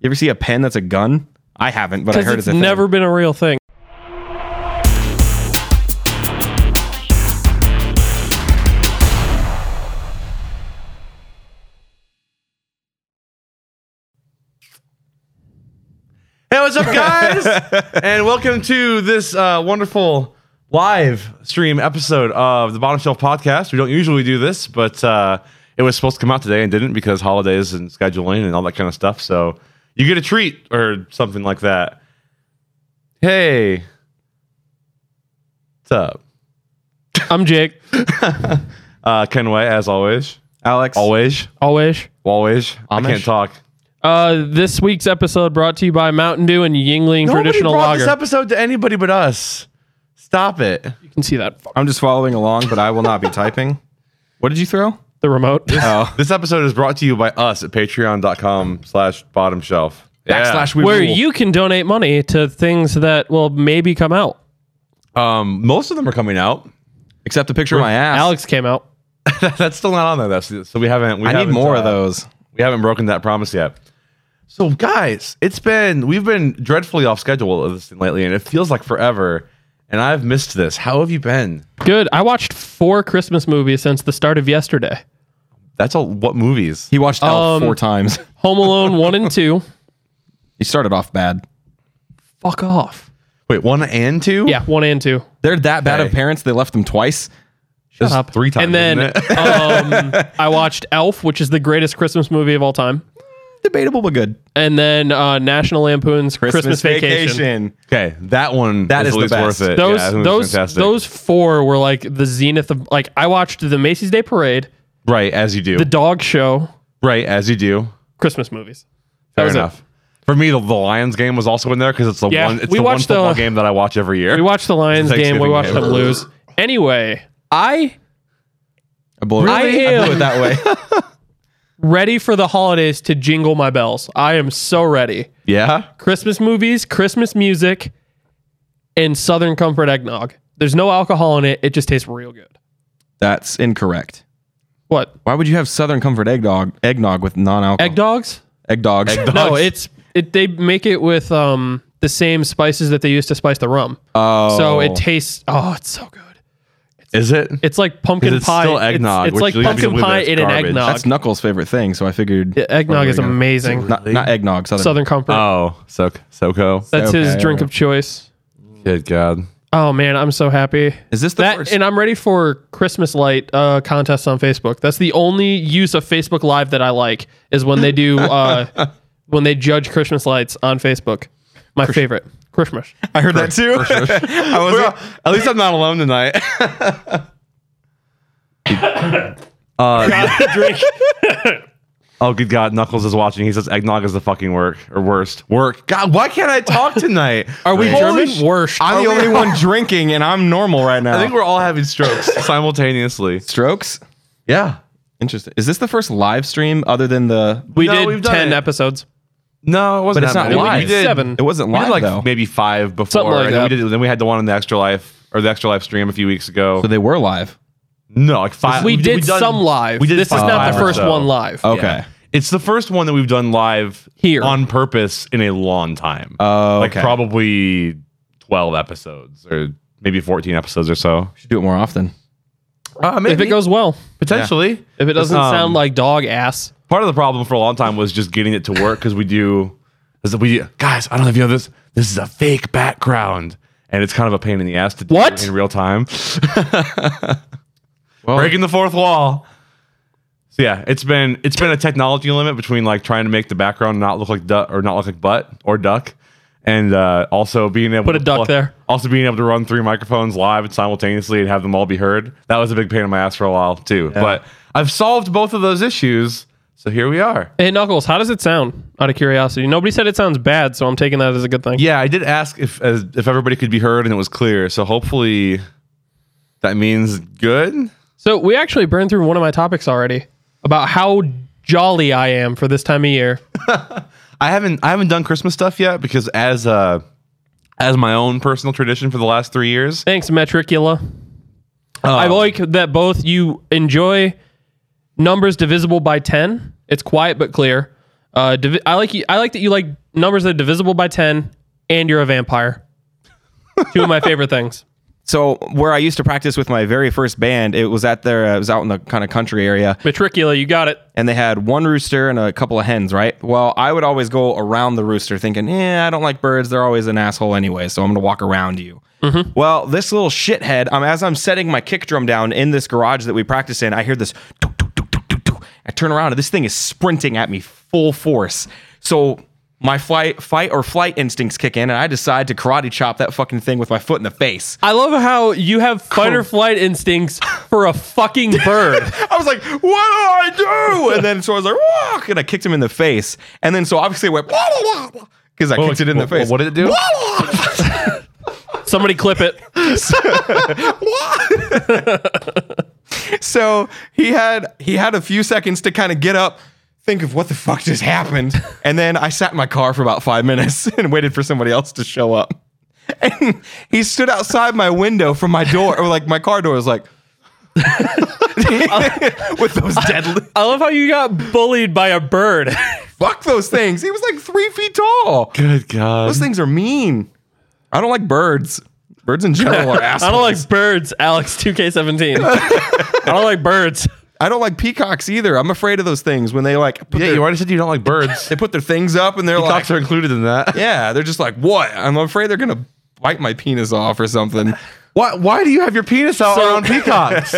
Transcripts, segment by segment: You ever see a pen that's a gun? I haven't, but I Because heard it's it's, a never Thing. been a real thing. Hey, what's up, guys? and welcome to this uh, wonderful live stream episode of the Bottom Shelf Podcast. We don't usually do this, but uh, it was supposed to come out today and didn't because holidays and scheduling and all that kind of stuff. So you get a treat or something like that. Hey, what's up? I'm Jake. Uh, Kenway, as always. Alex, Always. Always. Always. I Amish? can't talk. Uh, this week's episode brought to you by Mountain Dew and Yingling Nobody Traditional brought Lager. this episode to anybody but us. Stop it. you can see that. Fuck I'm just following along, but I will not be typing. What did you throw? the remote. Uh, Oh, This episode is brought to you by us at patreon.com slash bottom shelf. backslash we Where rule. you can donate money to things that will maybe come out. Um, most of them are coming out. Except a picture of my ass. Alex came out. That's still not on there. That's, so we haven't. We I need haven't, more uh, of those. We haven't broken that promise yet. So guys, it's been we've been dreadfully off schedule of this thing lately, and it feels like forever. And I've missed this. How have you been? Good. I watched four Christmas movies since the start of yesterday. That's all. What movies? He watched Elf Um, four times. Home Alone one and two. He started off bad. Fuck off. Wait, one and two. Yeah, one and two. They're that bad of Okay. parents. They left them twice. Shut Up. Three times. And then isn't it? um, I watched Elf, which is the greatest Christmas movie of all time. Debatable, but good. And then uh, National Lampoon's Christmas, Vacation. okay, that one. That That is is at the least best. worth it. Those Yeah, that one's those fantastic. those four were like the zenith of like I watched the Macy's Day Parade, right as you do. the dog show, right as you do. Christmas movies. That Fair was it. enough. For me, the, the Lions game was also in there because it's the Yeah, one. It's we the one watched the- football game that I watch every year. We watched the Lions game. We Thanksgiving watched game. them lose. Anyway, I I blew it. I I blew it am. that way. ready for the holidays to jingle my bells. I am so ready. yeah, Christmas movies, Christmas music, and Southern Comfort eggnog. There's no alcohol in it. It just tastes real good. That's incorrect. What Oh. Why would you have Southern Comfort eggnog eggnog with non-alcohol egg dogs? egg dog? Egg No, it's it. They make it with um the same spices that they used to spice the rum. Oh, So it tastes. Oh, it's so good. is it? It's like pumpkin 'Cause it's pie. still It's- eggnog, It's, which like leads me to pumpkin believe that pie it's in an garbage. eggnog. that's Knuckles' favorite thing. So I figured Yeah, eggnog is amazing. not, not eggnog. Southern. Southern Comfort. Oh, so Soko. That's okay, his all drink right. of choice. Good God. Oh man, I'm so happy. Is this the that first? and I'm ready for Christmas light uh, contests on Facebook. That's the only use of Facebook Live that I like is when they do uh, when they judge Christmas lights on Facebook. My favorite Christmas. I heard that too. I was Well, at least I'm not alone tonight. drink. Uh, oh, good God. Knuckles is watching. He says eggnog is the fucking work or worst. Work. God, why can't I talk tonight? Are we Holy German? Worst. I'm the Are we- only one drinking, and I'm normal right now. I think we're all having strokes simultaneously. strokes. Yeah. Interesting. Is this the first live stream other than the? we No, we've did done ten it. episodes. No, it wasn't. But it's that not many. live. We did Seven. It wasn't We live did like though. maybe five before. Something like and then, we that. did, then we had the one on the extra life or the extra life stream a few weeks ago. so they were live. no, like five. We did done- some live. We did this is not five the or first so. one live. Okay. It's the first one that we've done live Here. on purpose in a long time. Oh, like okay. probably 12 episodes or maybe 14 episodes or so. Should do it more often. Uh, If it goes well, potentially. if it doesn't Um, sound like dog ass, part of the problem for a long time was just getting it to work because we do is that we guys, I don't know if you know this. This is a fake background. And it's kind of a pain in the ass to do What? in real time. Well, Breaking the fourth wall. So yeah, it's been it's been a technology limit between like trying to make the background not look like duck or not look like butt or duck. And uh, also being able Put a to duck pl- there. Also being able to run three microphones live and simultaneously and have them all be heard. That was a big pain in my ass for a while too. But I've solved both of those issues. So here we are. hey Knuckles, how does it sound? Out of curiosity, nobody said it sounds bad, so I'm taking that as a good thing. Yeah, I did ask if as, if everybody could be heard and it was clear. So hopefully that means good. So we actually burned through one of my topics already about how jolly I am for this time of year. I haven't I haven't done Christmas stuff yet because as uh as my own personal tradition for the last three years, Oh, Thanks, Metricula. I like that both you enjoy numbers divisible by ten. It's quiet but clear. Uh, divi- I like you, I like that you like numbers that are divisible by ten, and you're a vampire. Two of my favorite things. So where I used to practice with my very first band, it was at their, uh, it was out in the kind of country area, Matricula, you got it. and they had one rooster and a couple of hens, right? Well, I would always go around the rooster, thinking, "Yeah, I don't like birds. They're always an asshole anyway, so I'm gonna walk around you." Well, this little shithead, um, as I'm setting my kick drum down in this garage that we practice in, I hear this. tuk, tuk, tuk, tuk, tuk, tuk. I turn around and this thing is sprinting at me full force. So my flight, fight or flight instincts kick in, and I decide to karate chop that fucking thing with my foot in the face. I love how you have fight or flight instincts for a fucking bird. I was like, what do I do? And then so I was like, walk, and I kicked him in the face. And then so obviously it went because I kicked it in the Wh- wh- face. What did it do? Somebody clip it. so he had he had a few seconds to kind of get up, think of what the fuck just happened, and then I sat in my car for about five minutes and waited for somebody else to show up. And he stood outside my window from my door, or like my car door, was like with those deadly I love how you got bullied by a bird. fuck those things. He was like three feet tall. Good God. Those things are mean. I don't like birds. Birds in general are assholes. I don't like birds, Alex 2K17. I don't like birds. I don't like peacocks either. I'm afraid of those things when they like put Yeah, their, you already said you don't like birds. they put their things up and they're Cocks are like included in that. yeah, they're just like what? I'm afraid they're gonna bite my penis off or something. Why, why do you have your penis out So- around peacocks?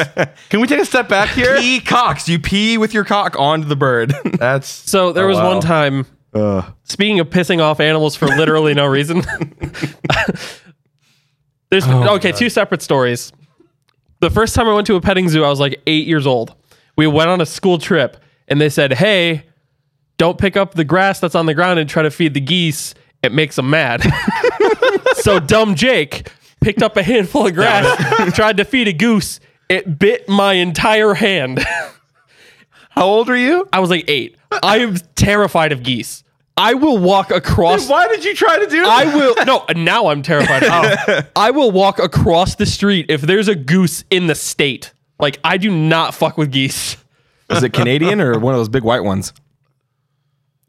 Can we take a step back here? Peacocks, you pee with your cock onto the bird. That's So there oh, was wow. Uh. one time. speaking of pissing off animals for literally no reason, there's Oh, okay two separate stories. The first time I went to a petting zoo, I was like eight years old. We went on a school trip, and they said, "Hey, don't pick up the grass that's on the ground and try to feed the geese. It makes them mad." so dumb Jake picked up a handful of grass, tried to feed a goose. It bit my entire hand. How old are you? I was like eight. I am terrified of geese. I will walk across. Why did you try to do that? I will no. Now I'm terrified. Oh. I will walk across the street if there's a goose in the state. Like I do not fuck with geese. Is it Canadian or one of those big white ones?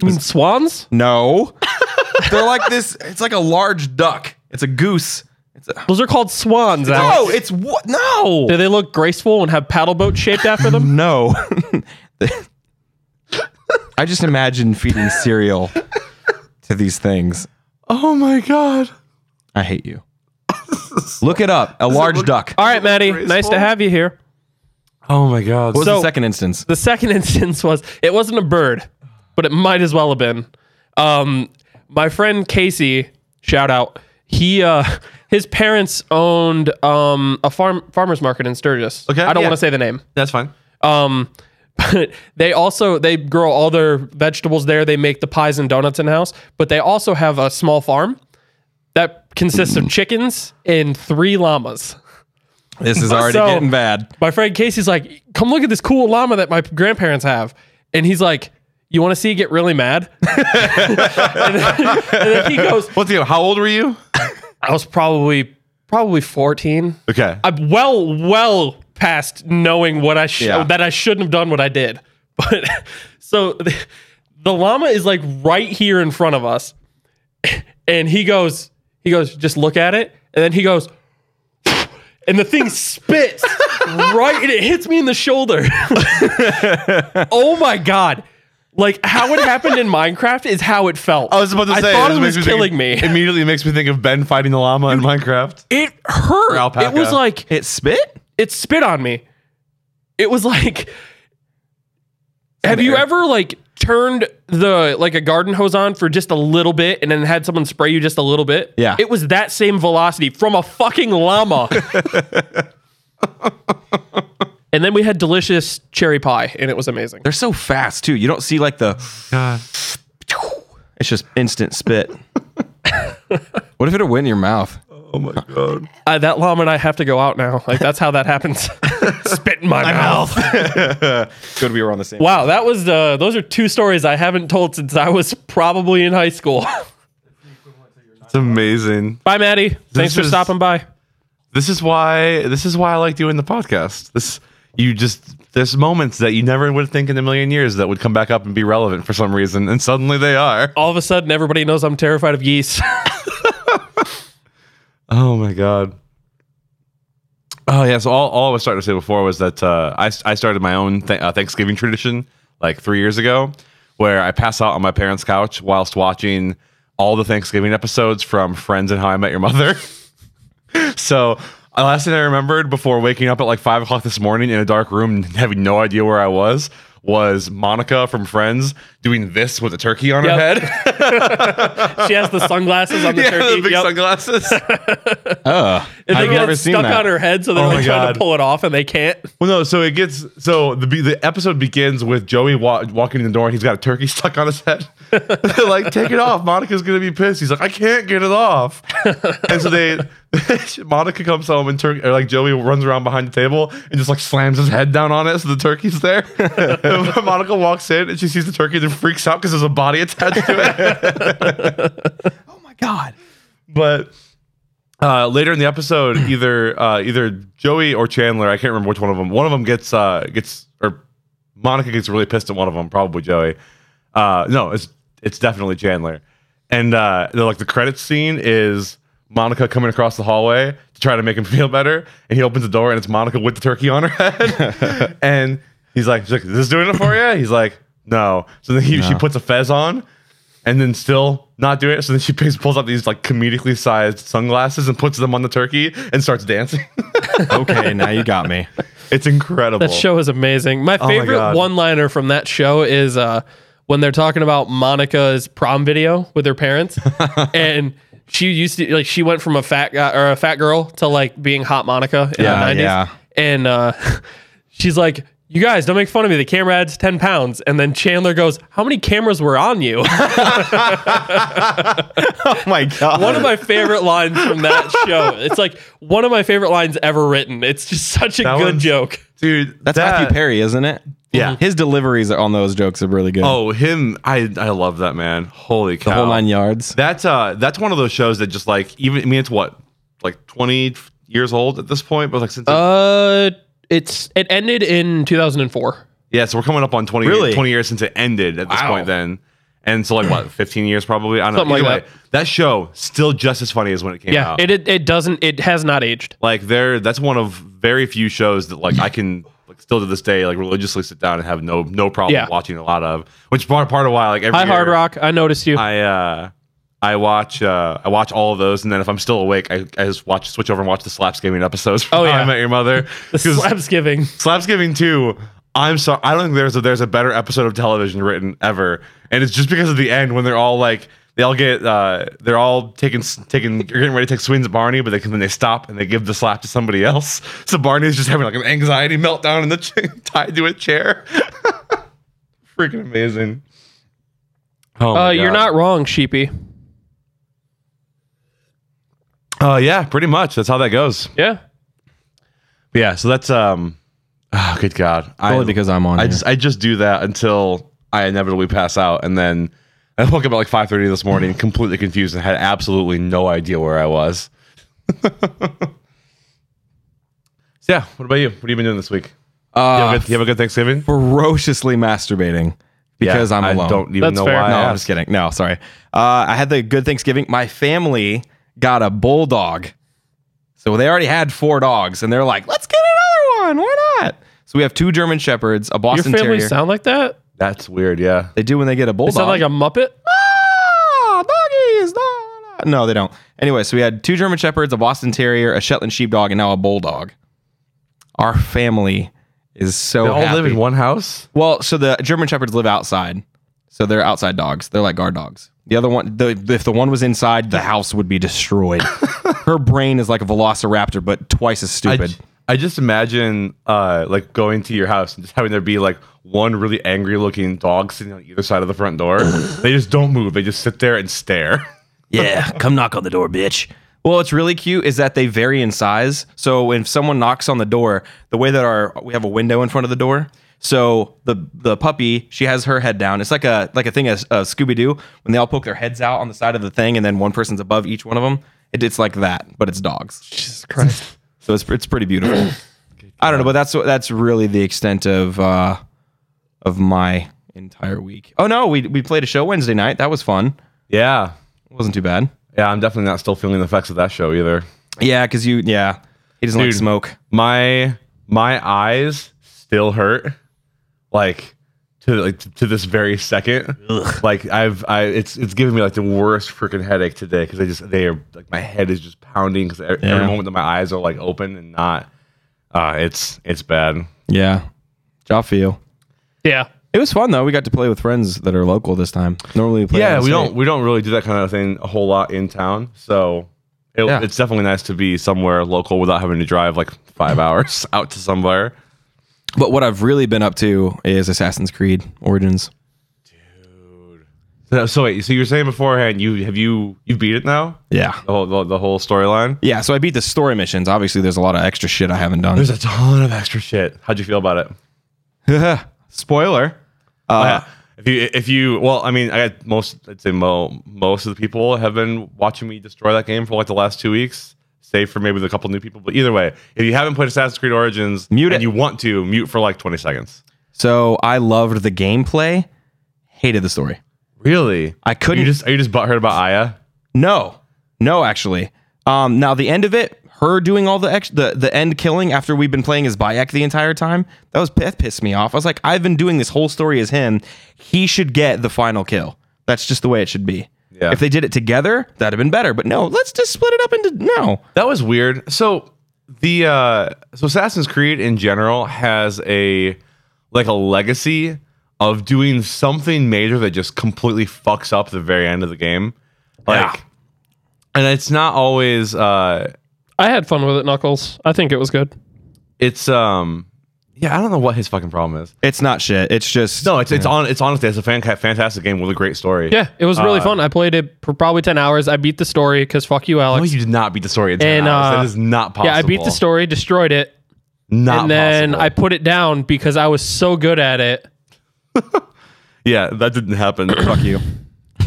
You mean swans? No. they're like this. It's like a large duck. It's a goose. It's a, Those are called swans. Alex. no. It's what? No. Do they look graceful and have paddle boats shaped after them? No. I just imagine feeding cereal to these things. oh my God. I hate you. Look it up. A large duck. All right, Maddie. Nice Graceful? to have you here. Oh my God. What was the so- second instance? The second instance was it wasn't a bird, but it might as well have been. Um, my friend Casey, shout out. He uh, his parents owned um, a farm farmers market in Sturgis. Okay, I don't yeah. want to say the name. That's fine. Um, but they also they grow all their vegetables there. They make the pies and donuts in house, but they also have a small farm that consists of chickens and three llamas. This is already So- getting bad. My friend Casey's like, "Come look at this cool llama that my grandparents have," and he's like, "You want to see it get really mad?" and, then, and then he goes, What's the How old were you? "I was probably probably fourteen. Okay. I'm well, well past knowing what I sh- Yeah. that I shouldn't have done what I did. But so the, the llama is like right here in front of us, and he goes, he goes, just look at it, and then he goes, and the thing spits right, and it hits me in the shoulder. oh my god! Like how it happened in Minecraft is how it felt. I was about to say. I thought this it makes was me think- killing me. Immediately makes me think of Ben fighting the llama in Minecraft. It hurt. It alpaca. was like It spit? it spit on me. It was like Have you air. ever like turned the like a garden hose on for just a little bit and then had someone spray you just a little bit? Yeah. It was that same velocity from a fucking llama. and then we had delicious cherry pie and it was amazing. They're so fast too. You don't see like the God. it's just instant spit. what if it went in your mouth? Oh my God. Uh, that llama and I have to go out now. Like that's how that happens. spit in my, mouth. Good we were on the same. Wow, that was uh, those are two stories I haven't told since I was probably in high school. It's amazing. Bye, Maddie. Thanks for is- stopping by. This is why. This is why I like doing the podcast. This you just There's moments that you never would think in a million years that would come back up and be relevant for some reason, and suddenly they are. All of a sudden, everybody knows I'm terrified of yeast. Oh my god. Oh yeah. So all, all I was starting to say before was that uh, I I started my own th- uh, Thanksgiving tradition like three years ago, where I pass out on my parents' couch whilst watching all the Thanksgiving episodes from Friends and How I Met Your Mother. so. uh, Last thing I remembered before waking up at like five o'clock this morning in a dark room, and having no idea where I was, was Monica from Friends doing this with a turkey on her Yep. head, she has the sunglasses on the yeah, turkey. the big Yep. sunglasses. Oh, And they I've get never it seen stuck that. on her head, so they're Oh my like trying God. to pull it off, and they can't. Well, no. So it gets so the be- the episode begins with Joey wa- walking in the door and he's got a turkey stuck on his head. They're like, "Take it off." Monica's gonna be pissed. He's like, "I can't get it off." and so they Monica comes home and turkey or like Joey runs around behind the table and just like slams his head down on it so the turkey's there. And Monica walks in and she sees the turkey and then freaks out because there's a body attached to it. Oh my god. but uh, later in the episode, either uh, either Joey or Chandler, I can't remember which one of them. One of them gets uh, gets or Monica gets really pissed at one of them, probably Joey. Uh, no, it's it's definitely Chandler. And uh, the, like the credits scene is Monica coming across the hallway to try to make him feel better, and he opens the door and it's Monica with the turkey on her head, and he's like, she's like, "Is this doing it for you?" He's like, "No." So then he, she puts a fez on, and then still not doing it. So then she picks, pulls out these like comedically sized sunglasses and puts them on the turkey and starts dancing. Okay, now you got me. it's incredible. That show is amazing. My my favorite God. one-liner from that show is uh, when they're talking about Monica's prom video with her parents, and she used to like she went from a fat guy or a fat girl to like being hot Monica in Yeah, the nineties, yeah. and uh, she's like. You guys, don't make fun of me. The camera adds 10 pounds. And then Chandler goes, How many cameras were on you? Oh my god. one of my favorite lines from that show. It's like one of my favorite lines ever written. It's just such a That good one's- joke. dude. That's that- Matthew Perry, isn't it? Yeah. His deliveries on those jokes are really good. Oh, him! I I love that man. Holy cow! the whole nine yards. That's uh that's one of those shows that just like even I mean it's what like twenty years old at this point, but like since Uh, it's it ended in 2004. yeah, so we're coming up on 20, Really? 20 years since it ended at this Wow. point then. And so like what, fifteen years probably? I don't Something know. Either like way, that show still just as funny as when it came Yeah, out. it, it it doesn't it has not aged. like there that's one of very few shows that like I can like still to this day like religiously sit down and have no no problem Yeah. watching a lot of. Which part part of why like every Hi, Hard year- Rock. I noticed you. I uh, I watch uh, I watch all of those, and then if I'm still awake, I, I just watch switch over and watch the slaps gaming episodes. From Oh, How I yeah. met your mother. the 'Cause slap's giving. slaps giving two. I'm sorry. I don't think there's a there's a better episode of television written ever, and it's just because of the end when they're all like they all get uh, they're all taking s- taking you're getting ready to take swings at Barney, but they can then they stop and they give the slap to somebody else. So Barney's just having like an anxiety meltdown in the ch- tied to a chair. Freaking amazing. Oh Uh, my you're God. not wrong, Sheepy. Uh, yeah, pretty much. That's how that goes. Yeah. Yeah. So that's um. Oh, good God! I, Only because I'm on I here. just I just do that until I inevitably pass out, and then I woke up at like five thirty this morning, completely confused, and had absolutely no idea where I was. so yeah. What about you? What have you been doing this week? You have a uh, good, you have a good Thanksgiving? ferociously masturbating because I'm alone. I don't even That's know fair. why. no, I I'm asked. just kidding. No, sorry. Uh, I had the good Thanksgiving. My family got a bulldog. So they already had four dogs, and they're like, let's get another one. Why not? So we have two German Shepherds, a Your Boston family Terrier. sound like that? That's weird. Yeah. they do when they get a They bulldog. sound like a Muppet? ah, doggies. la, la, la. No, they don't. Anyway, so we had two German Shepherds, a Boston Terrier, a Shetland Sheepdog, and now a Bulldog. Our family is so They all happy. live in one house. Well, so the German Shepherds live outside, so they're outside dogs. They're like guard dogs. The other one, the, if the one was inside, the house would be destroyed. Her brain is like a Velociraptor, but twice as I stupid. j- I just imagine uh, like going to your house and just having there be like one really angry looking dog sitting on either side of the front door. they just don't move. They just sit there and stare. yeah, come knock on the door, bitch. Well, what's really cute is that they vary in size. So when someone knocks on the door, the way that our we have a window in front of the door. So the the puppy, she has her head down. It's like a like a thing as uh, Scooby Doo when they all poke their heads out on the side of the thing, and then one person's above each one of them. It, it's like that, but it's dogs. Jesus Christ. So it's it's pretty beautiful. I don't know, but that's that's really the extent of uh, of my entire week. Oh no, we we played a show Wednesday night. That was fun. Yeah. It wasn't too bad. Yeah, I'm definitely not still feeling the effects of that show either. Yeah, because you yeah, he doesn't like Dude. smoke. My my eyes still hurt. Like to like to this very second. Like I've I it's it's giving me like the worst freaking headache today because I just they are like my head is just pounding because every, Yeah. moment that my eyes are like open and not uh it's it's bad. Yeah, job feel. Yeah. It was fun though. We got to play with friends that are local this time. Normally, we play out yeah of we state. don't we don't really do that kind of thing a whole lot in town so it, Yeah. it's definitely nice to be somewhere local without having to drive like five hours out to somewhere But what I've really been up to is Assassin's Creed Origins. so, so wait so you were saying beforehand you have you you beat it now Yeah. the whole the, the whole storyline Yeah, so I beat the story missions. Obviously, there's a lot of extra shit I haven't done. there's a ton of extra shit how'd you feel about it Spoiler. Uh, if you if you well i mean i got most i'd say mo, most of the people have been watching me destroy that game for like the last two weeks save for maybe the couple new people but either way if you haven't played assassin's creed origins Mute and it. you want to mute for like 20 seconds So I loved the gameplay, hated the story. Really? I you couldn't. just are you just butthurt about Aya? no, no, actually. Um, now the end of it, her doing all the ex- the the end killing after we've been playing as Bayek the entire time. That was that pissed me off. I was like, I've been doing this whole story as him. He should get the final kill. That's just the way it should be. Yeah. If they did it together, that'd have been better. But no, let's just split it up into no. That was weird. So the uh so Assassin's Creed in general has a like a legacy of doing something major that just completely fucks up the very end of the game. Like Yeah. and it's not always uh I had fun with it, Knuckles. I think it was good. it's um yeah, I don't know what his fucking problem is. It's not shit. It's just No, it's it's on it's honestly it's a fan, fantastic game with a great story. Yeah, it was really fun. I played it for probably 10 hours. I beat the story because fuck you, No, Alex. you did not beat the story. In 10 And, hours. uh, that is not possible. yeah, I beat the story, destroyed it, Not and then possible. I put it down because I was so good at it. yeah, that didn't happen. fuck you.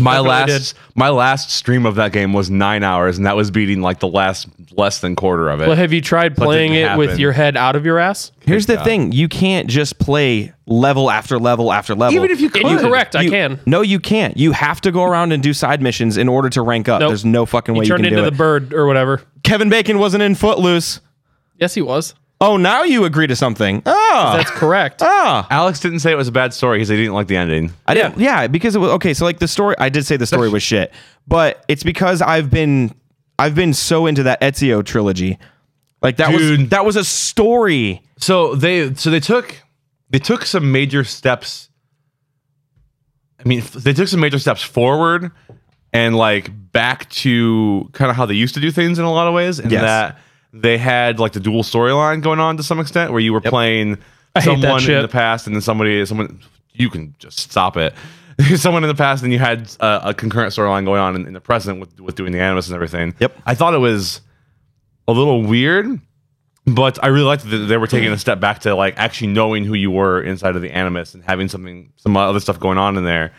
my last Definitely my last stream of that game was nine hours, and that was beating like the last less than quarter of it. Well, have you tried playing it didn't with happen. your head out of your ass? Here's the thing: you can't just play level after level after level. Even if you could, Incorrect. I You- can. No, you can't. You have to go around and do side missions in order to rank up. Nope. There's no fucking way you, Turned can into do the it. bird or whatever. Kevin Bacon wasn't in Footloose. Yes, he was. Oh, now you agree to something. Ah, That's correct. ah. Alex didn't say it was a bad story because they didn't like the ending. I didn't. Yeah, because it was okay. So like the story, I did say the story was shit, but it's because I've been, I've been so into that Ezio trilogy. Like that was Dude. that was a story. So they so they took they took some major steps. I mean, f- they took some major steps forward and like back to kind of how they used to do things in a lot of ways. In Yes. that they had like the dual storyline going on to some extent, where you were playing hate that someone in shit. the past and then somebody someone you can just stop it. someone in the past, and you had uh, a, a concurrent storyline going on in, in the present with with doing the animus and everything. Yep. I thought it was a little weird but I really liked that they were taking a step back to like actually knowing who you were inside of the animus and having something some other stuff going on in there.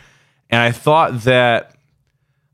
And I thought that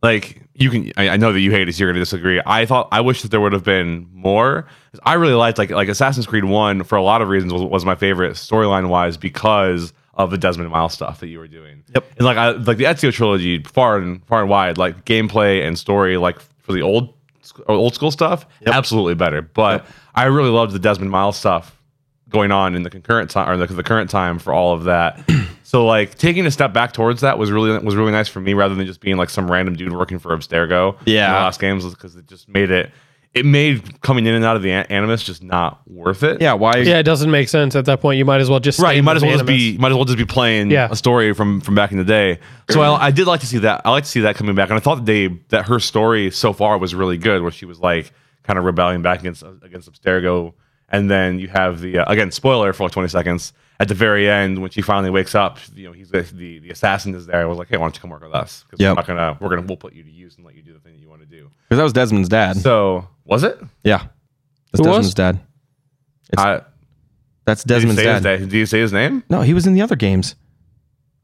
like you can I, I know that you hate it, so you're gonna disagree. I thought I wish that there would have been more. I really liked like like Assassin's Creed One for a lot of reasons was, was my favorite storyline wise because of the Desmond Miles stuff that you were doing. Yep. And like I like the Ezio trilogy far and far and wide, like gameplay and story, like for the old sc- old school stuff, absolutely better. But I really loved the Desmond Miles stuff going on in the concurrent time or the, the current time for all of that. so like taking a step back towards that was really was really nice for me rather than just being like some random dude working for Abstergo. in the Yeah. last games because it just made it it made coming in and out of the an- animus just not worth it. Yeah, why? yeah, it doesn't make sense at that point. You might as well just Right, stay you might with as well just Animus. be you might as well just be playing Yeah. a story from from back in the day. So I, I did like to see that. I like to see that coming back, and I thought that they that her story so far was really good, where she was like kind of rebelling back against against Abstergo, and then you have the uh, again spoiler for like twenty seconds at the very end when she finally wakes up. You know, he's the the, the assassin is there. I was like, hey, why don't you come work with us? Because Yep. we're not gonna we're gonna we'll put you to use and let you do the thing that you want to do. because that was Desmond's dad. So was it? yeah, that's Who was? Desmond's dad. I, That's did, you Desmond's say dad. his, name? did you say his name? No, he was in the other games.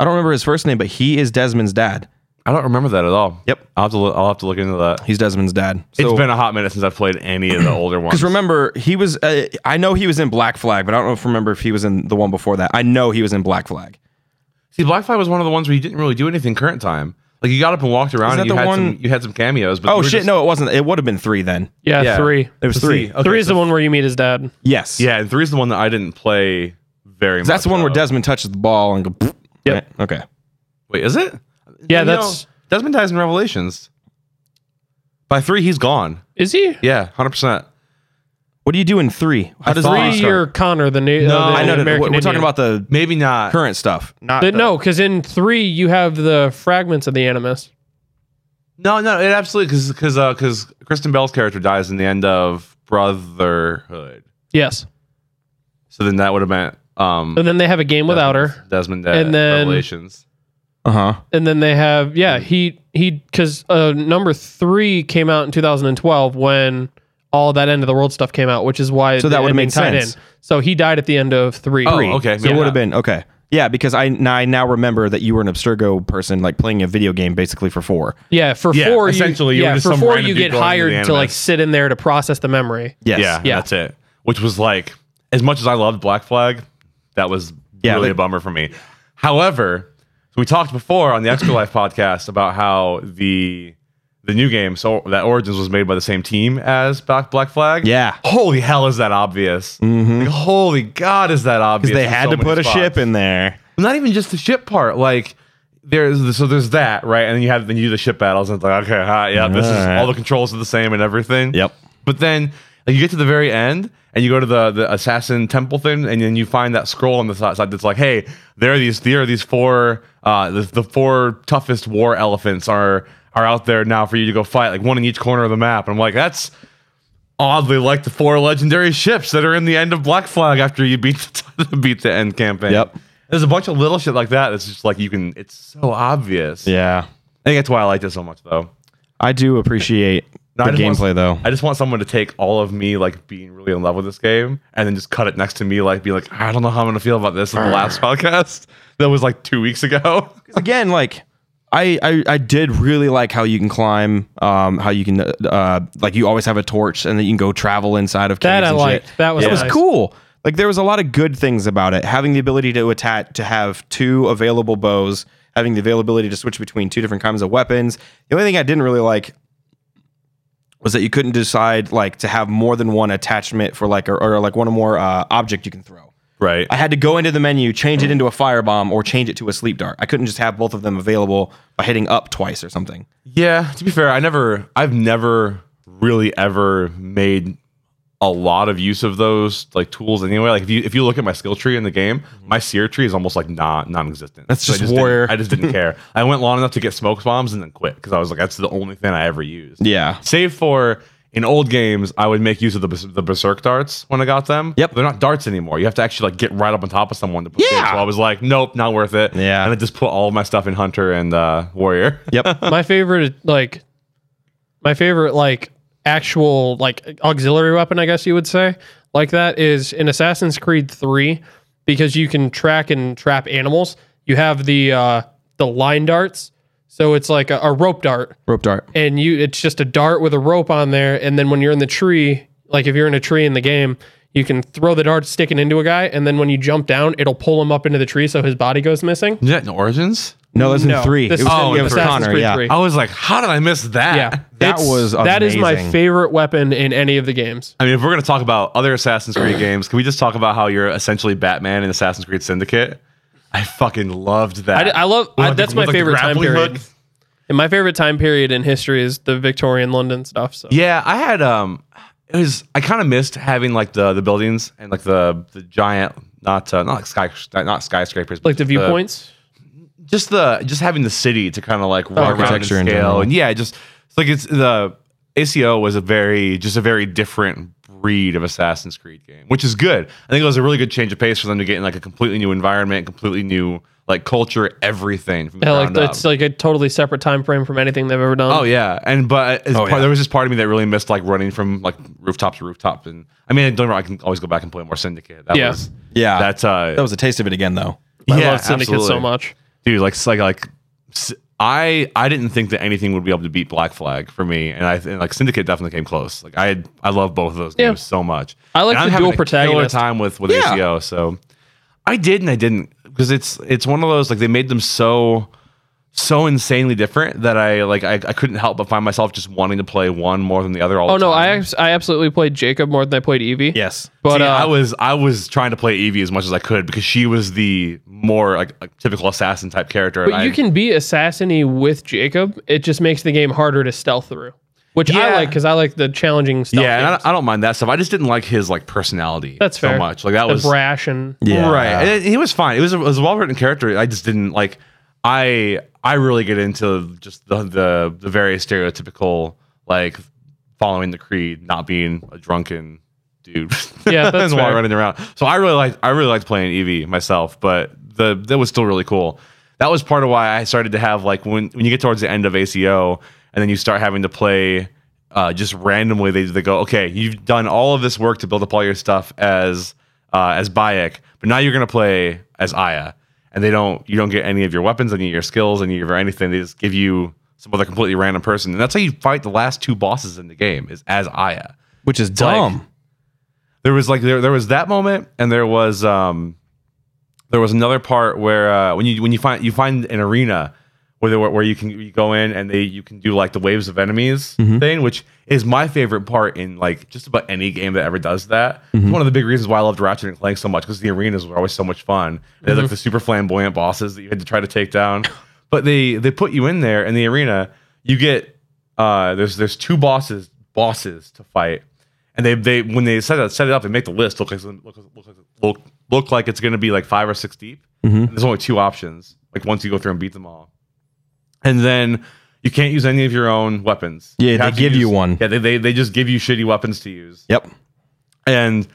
I don't remember his first name, but he is Desmond's dad. I don't remember that at all. Yep. I'll have to. Look, I'll have to look into that. He's Desmond's dad. It's So- been a hot minute since I've played any of the older ones. Because remember, he was. Uh, I know he was in Black Flag, but I don't know if remember if he was in the one before that. I know he was in Black Flag. See, Black Flag was one of the ones where you didn't really do anything current time. Like you got up and walked around, that and you the had one- some you had some cameos. But you Oh were shit! just- no, it wasn't. It would have been three then. Yeah, Yeah. three. It was three. Okay, three is so- the one where you meet his dad. Yes. Yeah, Uh, and three is the one that I didn't play very. much. That's the one where of. Desmond touches the ball and go. Yeah. Okay. Wait, is it? Yeah, You that's- know, Desmond dies in Revelations. By three, he's gone. Is he? Yeah, hundred percent. What do you do in three? How does thought- three? Three year Connor, the, na- No, uh, the I I know. that- American We're we're talking Indian. about the Maybe not. current stuff. Not But the- no, because in three you have the fragments of the animus. No, no, it absolutely because because because Kristen Bell's character dies in the end of Brotherhood. Yes, So then that would have meant um and then they have a game without her, Desmond And and then- Revelations. Uh huh. and then they have Hmm. yeah he he because uh, number three came out in 2012 when all that end of the world stuff came out, which is why So that the would've ending made tied sense. In. So he died at the end of three. Oh, okay. So it yeah. would have been okay. Yeah, because I now, I now remember that you were an Abstergo person, like playing a video game basically for four. Yeah, for Yeah, four, essentially, you, you were yeah, just for some four random you dude get going to the hired to like animus. sit in there to process the memory. Yes. Yeah, Yeah. that's it. Which was like, as much as I loved Black Flag, that was Yeah, really they- a bummer for me. However, we talked before on the Extra Life podcast about how the the new game, so that Origins was made by the same team as Black Black Flag. Yeah. Mm-hmm. Holy hell, is that obvious? Like, holy god, is that obvious? Because they in had so to many put a spots. ship in there. Not even just the ship part, like. There's so there's that right, and then you have then you do the ship battles, and it's like okay, hi, yeah, this is Alright. all the controls are the same and everything. Yep. But then like, you get to the very end and you go to the, the assassin temple thing, and then you find that scroll on the si- side that's like, "Hey, there are these there are these four uh, the, the four toughest war elephants are are out there now for you to go fight, like one in each corner of the map." And I'm like, "That's oddly like the four legendary ships that are in the end of Black Flag after you beat the, beat the end campaign." Yep. There's a bunch of little shit like that. It's just like you can. It's so obvious. Yeah. I think that's why I liked it so much, though. I do appreciate No, I the just want- gameplay though. I just want someone to take all of me like being really in love with this game and then just cut it next to me like be like, I don't know how I'm gonna feel about this in the last podcast. That was like two weeks ago. again, like I, I I did really like how you can climb, um, how you can uh, uh, like you always have a torch and then you can go travel inside of caves That I and liked. shit. That was it was nice. cool. Like there was a lot of good things about it. Having the ability to attack to have two available bows, having the availability to switch between two different kinds of weapons. The only thing I didn't really like was that you couldn't decide like to have more than one attachment for like or, or like one or more uh, object you can throw. Right. I had to go into the menu, change it into a firebomb, or change it to a sleep dart. I couldn't just have both of them available by hitting up twice or something. Yeah, to be fair, I never I've never really ever made a lot of use of those like tools anyway. Like if you if you look at my skill tree in the game, my seer tree is almost like not non-existent. Mm-hmm. That's I just didn't- warrior. I just didn't care. I went long enough to get smoke bombs and then quit because I was like, that's the only thing I ever used. Yeah. Save for in old games, I would make use of the bes- the berserk darts when I got them. Yep. they're not darts anymore. You have to actually like get right up on top of someone to put. Yeah. So I was like, nope, not worth it. Yeah. and I just put all of my stuff in hunter and uh, warrior. Yep. my favorite like my favorite like actual like auxiliary weapon i guess you would say like that is in assassin's creed 3 because you can track and trap animals you have the uh the line darts so it's like a, a rope dart Rope dart. and you it's just a dart with a rope on there and then when you're in the tree like if you're in a tree in the game you can throw the dart sticking into a guy and then when you jump down it'll pull him up into the tree so his body goes missing Is that in Origins? No, that's in No, three. this It was is in- in it was Assassin's Connor, Creed yeah. 3. I was like, how did I miss that? Yeah. That It's- was that is my amazing. favorite weapon in any of the games. I mean, if we're gonna talk about other Assassin's Creed games, can we just talk about how you're essentially Batman in Assassin's Creed Syndicate? I fucking loved I, that. d- I love With, I, like, that's the- my with, like, the favorite time grappling period. hook. And my favorite time period in history is the Victorian London stuff. So Yeah, I had um, it was I kind of missed having like the the buildings and like the the giant not uh, not like sky not skyscrapers but like the just viewpoints. just the just having the city to kind of like walk around and Architecture in scale general. and yeah, just it's like it's the ACO was a very just a very different breed of Assassin's Creed game, which is good. I think it was a really good change of pace for them to get in like a completely new environment, completely new like culture, everything. From the Yeah, like ground up. it's like a totally separate time frame from anything they've ever done. Oh yeah, and but as part, yeah. there was this part of me that really missed like running from like rooftop to rooftop, and I mean, don't get me wrong, I can always go back and play more Syndicate. That Yeah. was, Yeah. that's uh, That was a taste of it again though. I yeah, love Syndicate so absolutely. much. dude. Like s- like like s- I I didn't think that anything would be able to beat Black Flag for me, and I and like Syndicate definitely came close. Like I had, I love both of those Yeah. games so much. I like And the I'm having dual a killer protagonist. time with with Yeah. ACO. So I did and I didn't because it's it's one of those like they made them so so insanely different that I like I, I couldn't help but find myself just wanting to play one more than the other. All Oh the no, I time. abs- I absolutely played Jacob more than I played Evie. Yes. but See, uh, I was I was trying to play Evie as much as I could because she was the more like, like, typical assassin type character. but and you I- can be assassiny with Jacob. It just makes the game harder to stealth through, which I Yeah. like because I like the challenging stealth. yeah, and I, games. don't- I don't mind that stuff. I just didn't like his like personality. That's so fair. much. Like that the was brash and Yeah. right. And it- he was fine. It was a, it was a well written character. I just didn't like. I I really get into just the the, the very stereotypical like following the creed, not being a drunken dude. Yeah, that's and while fair. running around. So I really liked I really liked playing Eevee myself, but the that was still really cool. That was part of why I started to have like when when you get towards the end of ACO and then you start having to play uh, just randomly they, they go okay you've done all of this work to build up all your stuff as uh, as Bayek but now you're gonna play as Aya and they don't you don't get any of your weapons any of your skills any of your anything they just give you some other completely random person and that's how you fight the last two bosses in the game is as Aya Which is like- dumb. there was like there there was that moment and there was um there was another part where uh, when you when you find you find an arena where there, where you can you go in and they you can do like the waves of enemies thing which is my favorite part in like just about any game that ever does that it's one of the big reasons why i loved ratchet and clank so much because the arenas were always so much fun they had like the super flamboyant bosses that you had to try to take down but they they put you in there in the arena you get uh there's there's two bosses bosses to fight and they they when they set it, set it up, they make the list look like look look like, look, look like it's going to be like five or six deep. Mm-hmm. And there's only two options. Like once you go through and beat them all, and then you can't use any of your own weapons. Yeah, they have to give you use- one. Yeah, they, they they just give you shitty weapons to use Yep. and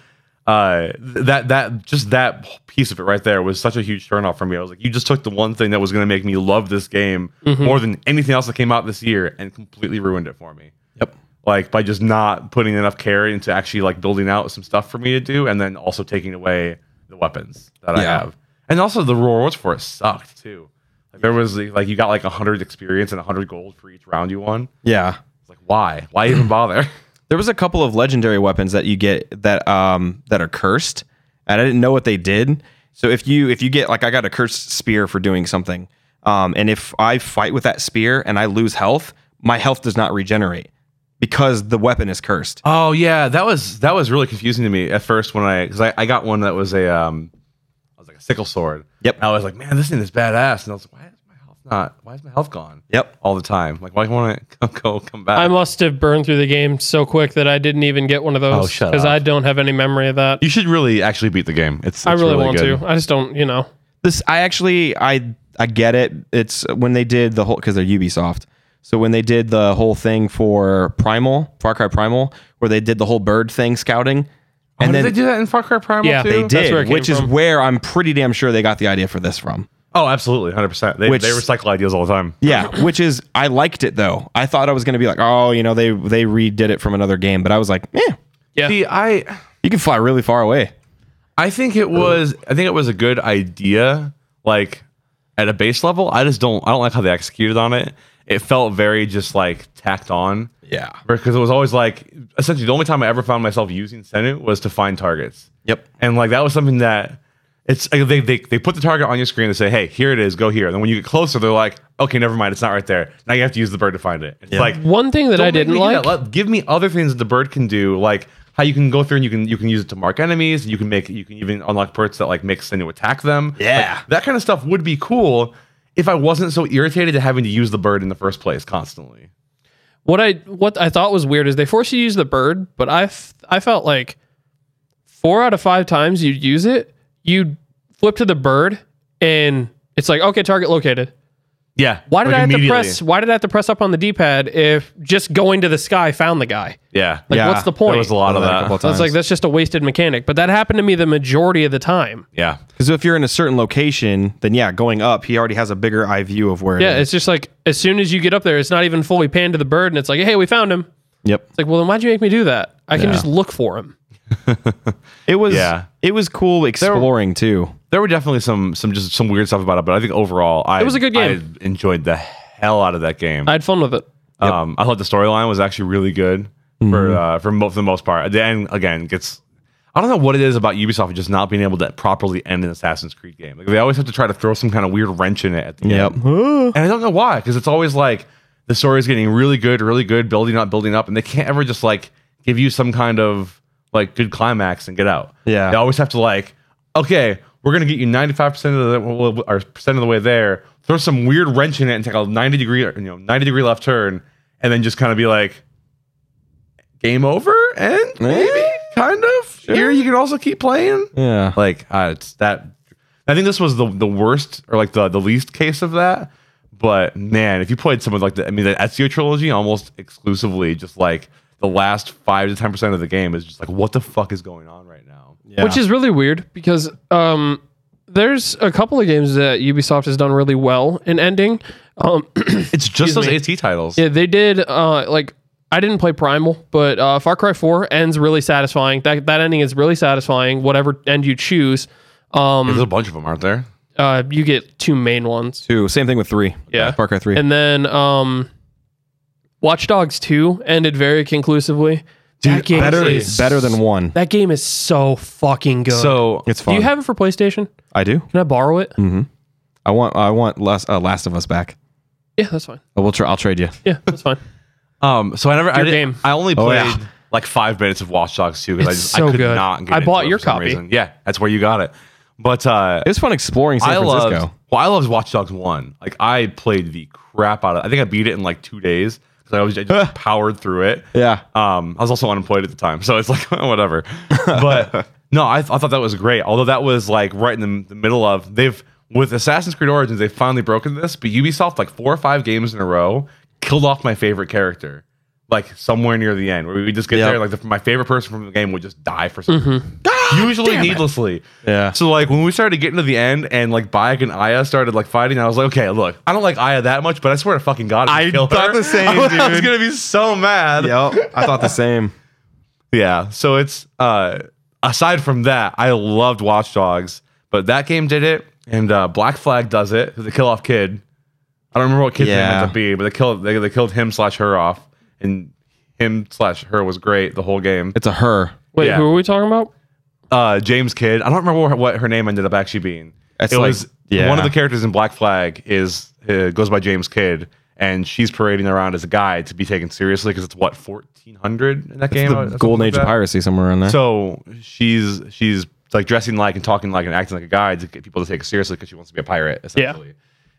uh th- that that just that piece of it right there was such a huge turnoff for me. I was like, you just took the one thing that was going to make me love this game Mm-hmm. more than anything else that came out this year and completely ruined it for me. Yep. Like by just not putting enough care into actually like building out some stuff for me to do, and then also taking away the weapons that I Yeah. have, and also the rewards for it sucked too. Like there was like you got like hundred experience and hundred gold for each round you won. Yeah. It's like why? Why even bother? There was a couple of legendary weapons that you get that um that are cursed, and I didn't know what they did. So if you if you get like I got a cursed spear for doing something, um, and if I fight with that spear and I lose health, my health does not regenerate because the weapon is cursed. Oh yeah, that was that was really confusing to me at first when I because I, I got one that was a um I was like a sickle sword. Yep. And I was like, man, this thing is badass. And I was like, why is my health not? Why is my health gone? Yep. All the time. Like, why won't it come go come back? I must have burned through the game so quick that I didn't even get one of Oh, those shut because up. I don't have any memory of that. you should really actually beat the game. It's, I it's really, want good. to. I just don't, you know. This I actually I I get it. It's when they did the whole because they're Ubisoft. So when they did the whole thing for Primal, Far Cry Primal, where they did the whole bird thing scouting, Oh, did they do that in Far Cry Primal? Yeah, too? They That's where it did, came which is from. where I'm pretty damn sure they got the idea for this from. Oh, absolutely, hundred percent. They Which- they recycle ideas all the time. Yeah, which is I liked it though. I thought I was gonna be like, oh, you know, they they redid it from another game, but I was like, eh, Yeah. See, I you can fly really far away. I think it was I think it was a good idea like at a base level. I just don't I don't like how they executed on it. It felt very just like tacked on. Yeah. Because it was always like essentially the only time I ever found myself using Senate was to find targets. Yep. And like that was something that it's like, they, they they put the target on your screen and say, hey, here it is, go here. And then when you get closer, they're like, okay, never mind, it's not right there. Now you have to use the bird to find it. It's like One thing that I don't make didn't me do like. that. Let- give me other things that the bird can do, like how you can go through and you can you can use it to mark enemies. You can make you can even unlock perks that like make Sin to attack them. Yeah. Like, that kind of stuff would be cool if I wasn't so irritated at having to use the bird in the first place constantly. What I what I thought was weird is they forced you to use the bird, but I f- I felt like four out of five times you'd use it, you'd flip to the bird, and it's like okay, target located. Yeah. Why did I have to press? Why did I have to press up on the D pad if just going to the sky found the guy? Yeah. Like, Yeah. what's the point? There was a lot of that. So it's like that's just a wasted mechanic. But that happened to me the majority of the time. Yeah. because if you're in a certain location, then yeah, going up, he already has a bigger eye view of where. Yeah, It is. it's just like as soon as you get up there, it's not even fully panned to the bird, and it's like, hey, we found him. Yep. It's like, well, then why'd you make me do that? I can just look for him. It was. Yeah. It was cool exploring too. There were definitely some some just some weird stuff about it, but I think overall I was a good game. I enjoyed the heck hell out of that game. I had fun with it. Um, I thought the storyline was actually really good for uh, for, mo- for the most part. The end again gets. I don't know what it is about Ubisoft just not being able to properly end an Assassin's Creed game. Like they always have to try to throw some kind of weird wrench in it at the Yep. end. And I don't know why, because it's always like the story's getting really good, really good, building up, building up, and they can't ever just like give you some kind of like good climax and get out. Yeah. They always have to like, okay, we're gonna get you ninety five percent of the well, well, or percent of the way there. Throw some weird wrench in it and take a ninety degree, you know, ninety degree left turn, and then just kind of be like, game over, and maybe kind of here you can also keep playing. Yeah. Like uh, it's that. I think this was the the worst or like the the least case of that. But man, if you played some of like the I mean the Ezio trilogy almost exclusively just like the last five to ten percent of the game is just like what the fuck is going on right now? Yeah. Which is really weird because um, there's a couple of games that Ubisoft has done really well in ending. Um, It's just Excuse those me. AT titles. yeah, they did uh, like I didn't play Primal, but uh, Far Cry 4 ends really satisfying. That that ending is really satisfying. Whatever end you choose, um, There's a bunch of them, aren't there? uh, you get two main ones. Two. Same thing with three. Yeah. Far Cry three. And then um, Watch Dogs 2 ended very conclusively. that game better is better than one. that game is so fucking good. So It's do fun. you have it for PlayStation? I do. Can I borrow it? I want. I want Last uh, Last of Us back. Yeah, that's fine. I will. Tra- I'll trade you. Yeah, that's fine. um, so I never I Your did, game. I only Oh, played yeah. like five minutes of Watch Dogs 2 because I It's just so I could good. not get I into bought it for your some copy. Yeah, that's where you got it. But uh, It was fun exploring San I Francisco. loved. Well, I loved Watch Dogs One. Like I played the crap out of. I think I beat it in like two days because I was I just powered through it. Yeah. Um, I was also unemployed at the time, so it's like whatever. But no, I, I thought that was great. Although that was like right in the, the middle of they've with Assassin's Creed Origins they've finally broken this, but Ubisoft like four or five games in a row killed off my favorite character. Like somewhere near the end, where we just get Yep. Mm-hmm. there, like the, my favorite person from the game would just die for something, usually needlessly. Yeah. So like when we started getting to the end and like Bayek and Aya started like fighting, I was like, okay, look, I don't like Aya that much, but I swear to fucking God, if I kill thought her, the same, I was- I was dude. gonna be so mad. Yep. I thought the same. Yeah. So it's uh aside from that, I loved Watch Dogs, but that game did it, and uh Black Flag does it. The kill off kid. I don't remember what kid's name Yeah. had to be, but they killed they, they killed him slash her off, and him slash her was great the whole game. It's a her. Wait, Yeah. who are we talking about? uh, James Kidd. I don't remember what her, what her name ended up actually being. It's it like- was yeah. one of the characters in Black Flag is uh, goes by James Kidd, and she's parading around as a guy to be taken seriously because it's what fourteen hundred in that game. or The something golden like age of that? piracy somewhere in there. So she's she's like dressing like and talking like and acting like a guy to get people to take her seriously because she wants to be a pirate essentially.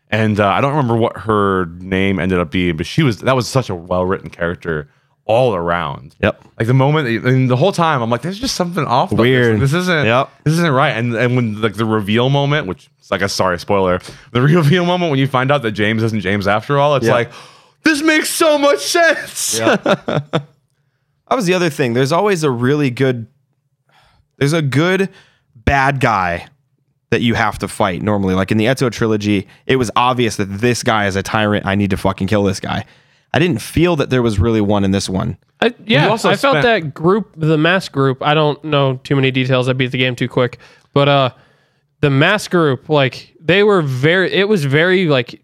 And uh, I don't remember what her name ended up being, but she was that was such a well written character all around. Yep. Like the moment, and the whole time, I'm like, "There's just something off. about this. Weird. This, isn't. Yep. This isn't right." And and when like the reveal moment, which is like a sorry spoiler, the reveal moment when you find out that James isn't James after all, it's Yeah. like, "This makes so much sense." That was the other thing. There's always a really good there's a good bad guy that you have to fight normally. Like in the Ezio trilogy, it was obvious that this guy is a tyrant. I need to fucking kill this guy. I didn't feel that there was really one in this one. I, yeah, You also I felt spent- that group, the mass group. I don't know too many details. I beat the game too quick, but uh, the mass group, like they were very. It was very like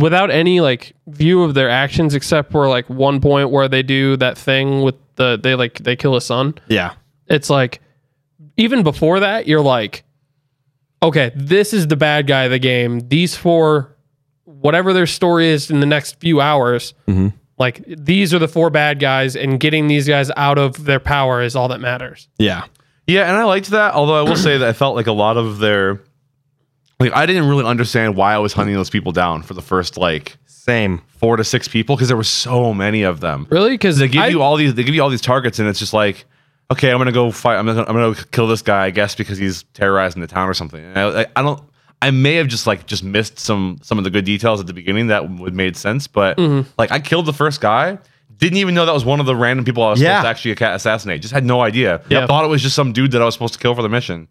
without any like view of their actions except for like one point where they do that thing with the they like they kill a son. Yeah. It's like even before that, you're like, okay, this is the bad guy of the game. These four, whatever their story is in the next few hours, like these are the four bad guys, and getting these guys out of their power is all that matters. Yeah. Yeah, and I liked that. Although I will say that I felt like a lot of their, like I didn't really understand why I was hunting those people down for the first like Same. four to six people because there were so many of them. Really? Because They give you all these. They give you all these targets, and it's just like, okay, I'm gonna go fight. I'm gonna, I'm gonna kill this guy, I guess, because he's terrorizing the town or something. And I, I, I don't. I may have just like just missed some some of the good details at the beginning that would made sense, but like I killed the first guy. Didn't even know that was one of the random people I was Yeah. supposed to actually acca- assassinate. Just had no idea. Yep. Thought it was just some dude that I was supposed to kill for the mission.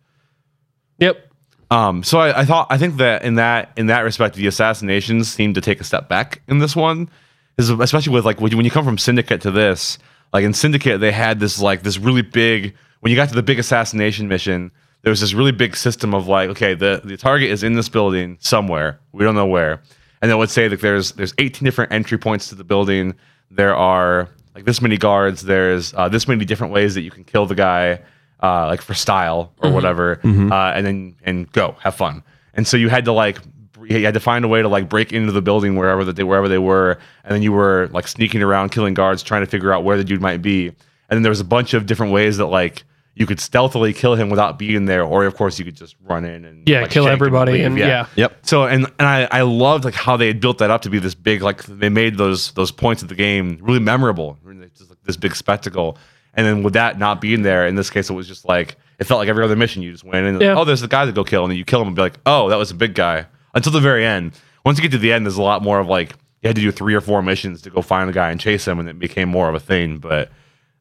yep. Um, so I, I thought I think that in that in that respect, the assassinations seem to take a step back in this one, is especially with like when you, when you come from Syndicate to this. Like in Syndicate, they had this like this really big. When you got to the big assassination mission, there was this really big system of like, okay, the the target is in this building somewhere. We don't know where. and it would say that there's there's 18 different entry points to the building. There are like this many guards. There's uh, this many different ways that you can kill the guy, uh, like for style or Mm-hmm. whatever, Uh, and then and go have fun. And so you had to like br- you had to find a way to like break into the building wherever that they wherever they were, and then you were like sneaking around, killing guards, trying to figure out where the dude might be. And then there was a bunch of different ways that like you could stealthily kill him without being there, or of course you could just run in and Yeah, like, kill shank him everybody leave. and- yeah. Yep. So and and I I loved like how they had built that up to be this big like they made those those points of the game really memorable, really just like this big spectacle. And then with that not being there, in this case, it was just like it felt like every other mission you just went in. and, Yeah. Oh, there's the guy that go kill, and then you kill him and be like, oh, that was a big guy. Until the very end. Once you get to the end, there's a lot more of like you had to do three or four missions to go find a guy and chase him, and it became more of a thing. But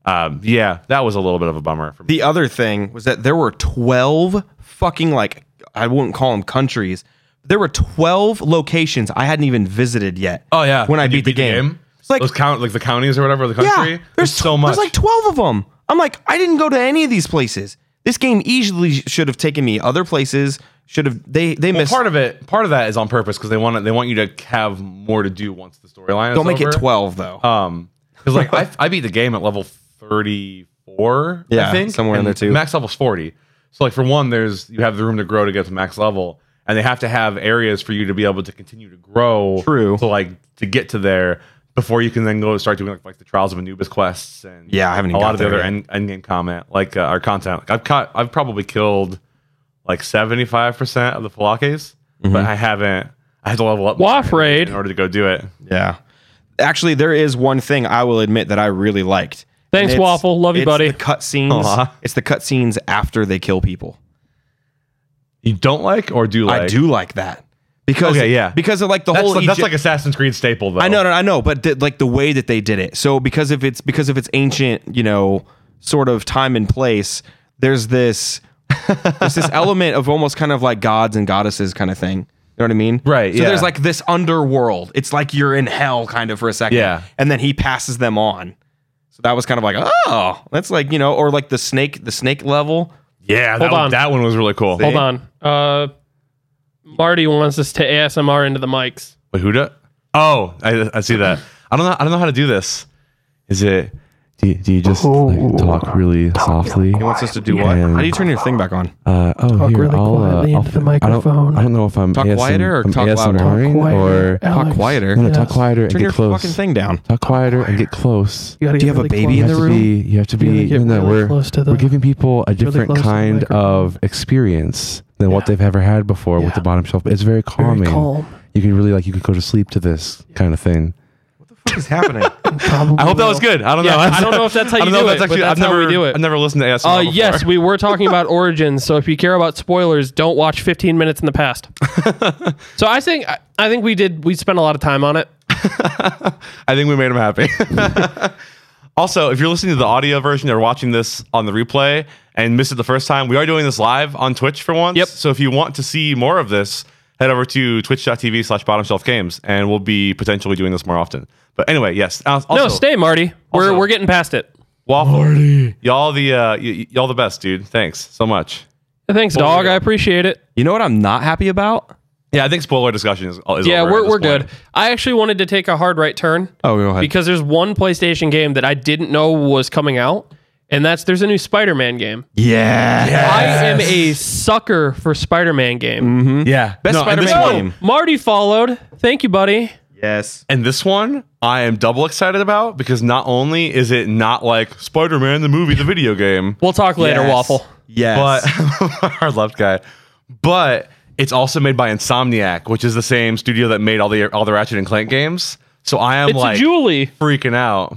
um, yeah, that was a little bit of a bummer for me. The other thing was that there were 12 fucking like I wouldn't call them countries. There were 12 locations I hadn't even visited yet. Oh yeah, When I You beat, the game. It's like those count like the counties or whatever the country. yeah, there's so tw- much. There's like 12 of them. I'm like I didn't go to any of these places. This game easily should have taken me other places. Should have they they well, missed part of it, part of that is on purpose because they want to, they want you to have more to do once the storyline. is Don't make it over. 12 though. Um, because like I, I beat the game at level thirty four. Yeah, I think somewhere in and there, too. Max level's forty. So like for one, there's you have the room to grow to get to max level, and they have to have areas for you to be able to continue to grow. True. To like to get to there before you can then go start doing like, like the Trials of Anubis quests and Yeah, I haven't a even lot got of the there other yet. end, end game comment like uh, our content. Like I've caught, I've probably killed like seventy five percent of the Falakes, Mm-hmm. but I haven't. I had to level up Waff raid. in order to go do it. yeah. Actually, there is one thing I will admit that I really liked. Thanks, And it's- Waffle. Love you, it's buddy. The cutscenes. Aw. It's the cutscenes after they kill people. You don't like or do like? I do like that because Okay, yeah. because of like the That's, whole like, that's like Egypt- Assassin's Creed staple, though. I know no, I know but the, like the way that they did it so because if it's because if it's ancient you know sort of time and place there's this there's this element of almost kind of like gods and goddesses kind of thing you know what I mean Right, so yeah. there's like this underworld it's like you're in hell kind of for a second Yeah. and then he passes them on so that was kind of like oh that's like you know or like the snake the snake level Yeah, that, Hold one, on. that one was really cool. Hold on. Uh, Marty wants us to ASMR into the mics. Wait, who da- Oh, I, I see that. I don't know. I don't know how to do this. Is it? Do you, do you just Oh, like, talk really softly? he wants us to do what how do you turn your thing back on Uh, oh, here, really I'll, uh, quietly I'll into the fi- I don't- I microphone. don't, know if I'm Talk ASM, quieter or I'm talk louder? ASMR -ing or Alex. talk quieter no, no, Yes. talk quieter and turn get your close. fucking thing down Talk quieter and get close. You gotta Do you get have a really baby in You the have close. to be. You have to You gotta be. get no, no, really we're close to the- we're giving people a different close to the kind of experience than what they've ever had before with Yeah. the bottom shelf. It's very calming. Very calm. You can really like you can go to sleep to this kind of thing. What is happening? Probably I hope that was good. I don't Yeah, know. I don't know if that's how I you don't know do if it, but that's I've how never, we do it. I've never listened to ASMR. Uh, before. yes, we were talking about Origins, so if you care about spoilers, don't watch 15 minutes in the past. so I think I, I think we did we spent a lot of time on it. I think we made him happy. also, if you're listening to the audio version or watching this on the replay and missed it the first time, we are doing this live on Twitch for once. Yep. So if you want to see more of this, head over to twitch.tv slash bottom shelf games and we'll be potentially doing this more often. But anyway, yes. al- Also, no, stay, Marty. We're also- we're getting past it. Waffle. Y'all the uh, y- y- y'all the best, dude. Thanks so much. Thanks, dog. I appreciate it. you know what I'm not happy about? Yeah, I think spoiler discussion is, is Yeah, over at we're this we're good. point. I actually wanted to take a hard right turn Oh, go ahead. because there's one PlayStation game that I didn't know was coming out, and that's there's a new Spider-Man game. yeah. I am a sucker for Spider-Man game. Yeah, Best and Mm-hmm. this Spider-Man one- game. Marty followed. Thank you, buddy. Yes. And this one, I am double excited about because not only is it not like Spider Man, the movie, the video game, We'll talk later, Yes. Waffle. Yes. but our left guy, but it's also made by Insomniac, which is the same studio that made all the all the Ratchet and Clank games. So I am It's like Julie. freaking out.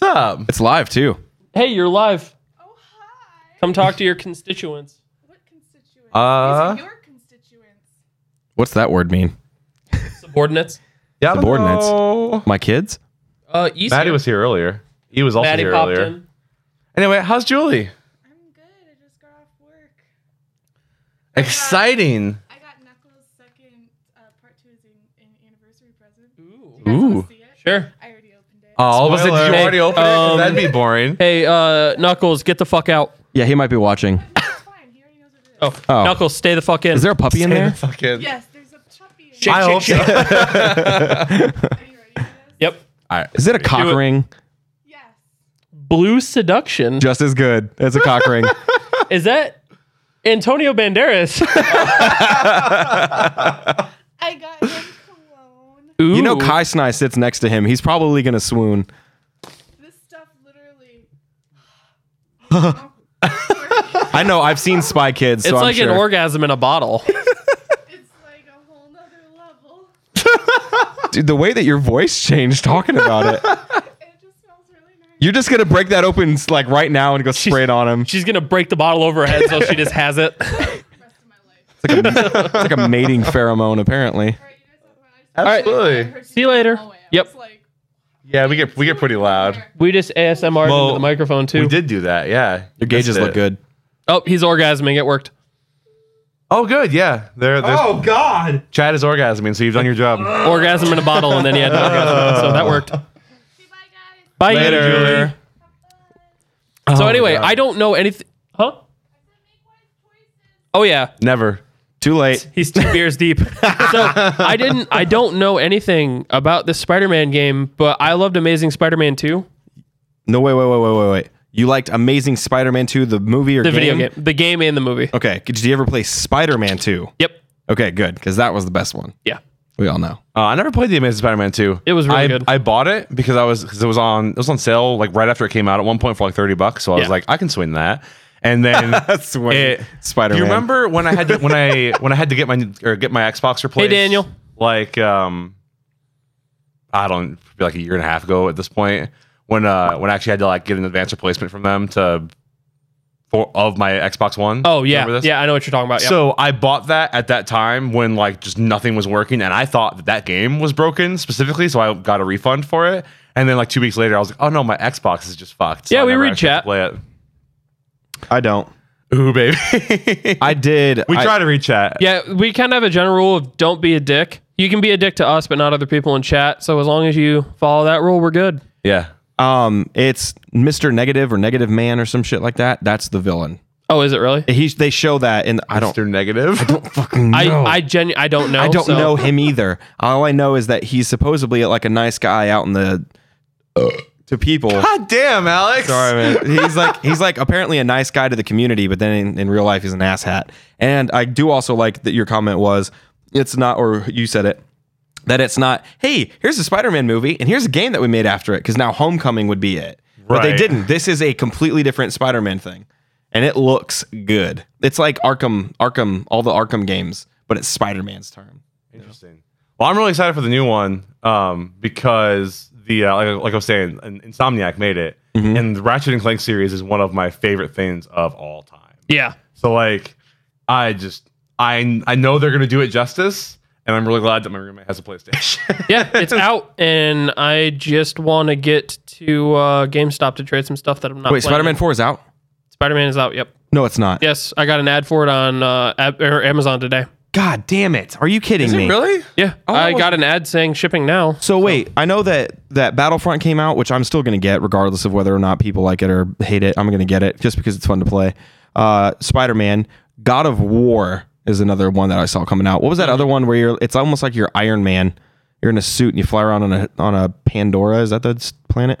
What's up? it's live too. Hey, you're live. Come talk to your constituents. What constituents? Uh-huh. Uh, These are your constituents. What's that word mean? Subordinates. Yeah, I don't Subordinates. know. My kids? Uh, East. Maddie was here earlier. He was also Maddie here popped earlier. in. Anyway, how's Julie? I'm good. I just got off work. Exciting. I got Knuckles' second uh, part two is an, an anniversary present. Ooh. You guys wanna Ooh. see it? Sure. Uh, I already opened it. Oh, was it? Did you Hey, already open it? 'Cause um, That'd be boring. Hey, uh, Knuckles, get the fuck out. Yeah, he might be watching. It's fine. He already knows what it is. Oh, Knuckles, stay the fuck in. Is there a puppy in Hey, there? fucking. Yes, there's a puppy. in Shake, I hope so. Are you ready for this? Yep. Is it a cock Do it. ring? Yes. Blue Seduction. Just as good. It's a cock ring. Is that Antonio Banderas? I got him cologne. You know, Ooh. Kai Snai sits next to him. He's probably gonna swoon. This stuff literally. I know. I've seen Spy Kids. It's so I'm like an sure. orgasm in a bottle. It's like a whole nother level. Dude, the way that your voice changed talking about it. It just smells really nice. You're just gonna break that open like right now and go spray it on him. She's gonna break the bottle over her head, so she just has it. The rest of my life. It's like a, it's like a mating pheromone, apparently. All right, you guys have fun. I just- Absolutely. I heard See you later. in the hallway. I Yep. was like, Yeah, we get we get pretty loud. We just ASMR Well, into the microphone too. We did do that. Yeah, Your gauges Missed look it. good. Oh, he's orgasming. It worked. Oh, good. Yeah. There. there's- God! Chad is orgasming, so you've done your job. Orgasm in a bottle, and then he had an orgasm. So that worked. "Okay, bye Bye. guys. Later, Oh So anyway, God. I don't know anything. Huh? Oh yeah, Never. Too late. he's two beers deep. So I didn't. I don't know anything about this Spider-Man game, but I loved Amazing Spider-Man 2, No, wait, wait, wait, wait, wait, wait. You liked Amazing Spider-Man 2, the Oh. movie or the video game, the game and the movie. Okay. Did you ever play Spider-Man 2? Yep. Okay, good, because that was the best one. Yeah. We all know. Uh, I never played the Amazing Spider-Man two. It was really I, good. I bought it because I was because it was on it was on sale like right after it came out at one point for like thirty bucks. So I Yeah. was like, I can swing that. And then That's when it- Spider-Man. You remember when I had to, when I when I had to get my or get my Xbox replaced? Daniel. Like um, I don't like a year and a half ago at this point when uh when I actually had to like get an advanced replacement from them to for of my Xbox One. Oh yeah, Remember this? yeah. I know what you're talking about. Yeah. So I bought that at that time when like just nothing was working, and I thought that that game was broken specifically, so I got a refund for it. And then like two weeks later, I was like, "Oh no, my Xbox is just fucked." So Yeah, I we never read actually got to chat. I don't. Play it. Ooh, baby. I did. we I- try to read chat. yeah, we kind of have a general rule of don't be a dick. You can be a dick to us, but not other people in chat. So as long as you follow that rule, we're good. yeah. Um, it's Mr. Negative or Negative Man or some shit like that. That's the villain. Oh, is it really? He they show that in I don't Mr. Negative. fucking know. I I genu- I don't know. I don't so- know him either. All I know is that he's supposedly like a nice guy out in the to people. God damn, Alex. Sorry, man. He's like he's like apparently a nice guy to the community, but then in, in real life he's an asshat. And I do also like that your comment was it's not, or you said it that it's not. Hey, here's a Spider-Man movie, and here's a game that we made after it, because now Homecoming would be it. But they Right. didn't. This is a completely different Spider-Man thing, and it looks good. It's like Arkham, Arkham, all the Arkham games, but it's Spider-Man's term. Interesting. Well, I'm really excited for the new one um, because the uh, like, like I was saying, In- Insomniac made it, and the Ratchet and Clank series is one of my favorite things of all time. Yeah. So like, I just I I know they're gonna do it justice, and I'm really glad that my roommate has a PlayStation. Yeah, it's out, and I just want to get to uh, GameStop to trade some stuff that I'm not. Wait, playing. Spider-Man Four is out? Spider-Man is out. Yep. No, it's not. Yes, I got an ad for it on uh, Ab- or Amazon today. God damn it! Are you kidding me? really? Yeah, I I got an ad saying shipping now. So wait, I know that that Battlefront came out, which I'm still going to get, regardless of whether or not people like it or hate it. I'm going to get it just because it's fun to play. Uh, Spider Man, God of War is another one that I saw coming out. What was that other one where you're? It's almost like you're Iron Man. You're in a suit and you fly around on a on a Pandora. Is that the s- planet?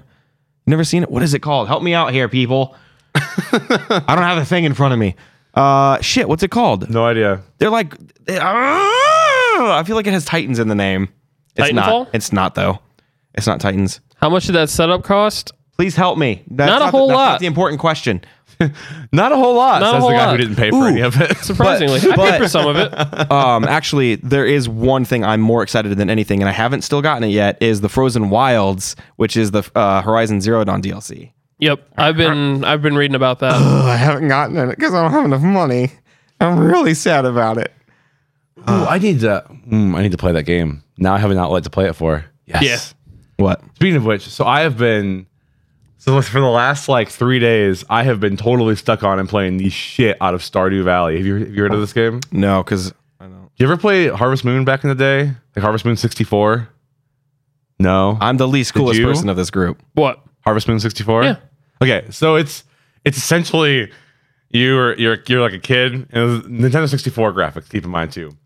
Never seen it. What is it called? Help me out here, people. I don't have the thing in front of me. Uh, shit, what's it called? No idea. They're like, Ah! I feel like it has Titans in the name. It's Titanfall? not. It's not though. It's not Titans. How much did that setup cost? Please help me. That's Not a the- whole that's lot. Not the important question. Not a whole lot. Not a says whole the guy lot. who didn't pay for any of it. Surprisingly, I paid but- for some of it. Um, actually, there is one thing I'm more excited than anything, and I haven't still gotten it yet. Is the Frozen Wilds, which is the uh, Horizon Zero Dawn DLC. Yep, I've been I've been reading about that. Oh, I haven't gotten it because I don't have enough money. I'm really sad about it. Ooh, I need to. mm, I need to play that game. Now I have an outlet to play it for. Yes. Yeah. What? Speaking of which, so I have been so for the last like three days, I have been totally stuck on and playing the shit out of Stardew Valley. Have you, have you heard of this game? No, because You ever play Harvest Moon back in the day? Like Harvest Moon 64? No. I'm the least Did coolest you? person of this group. What? Harvest Moon 64? Yeah. Okay, so it's it's essentially you're you're you're like a kid and it was Nintendo 64 graphics, keep in mind too.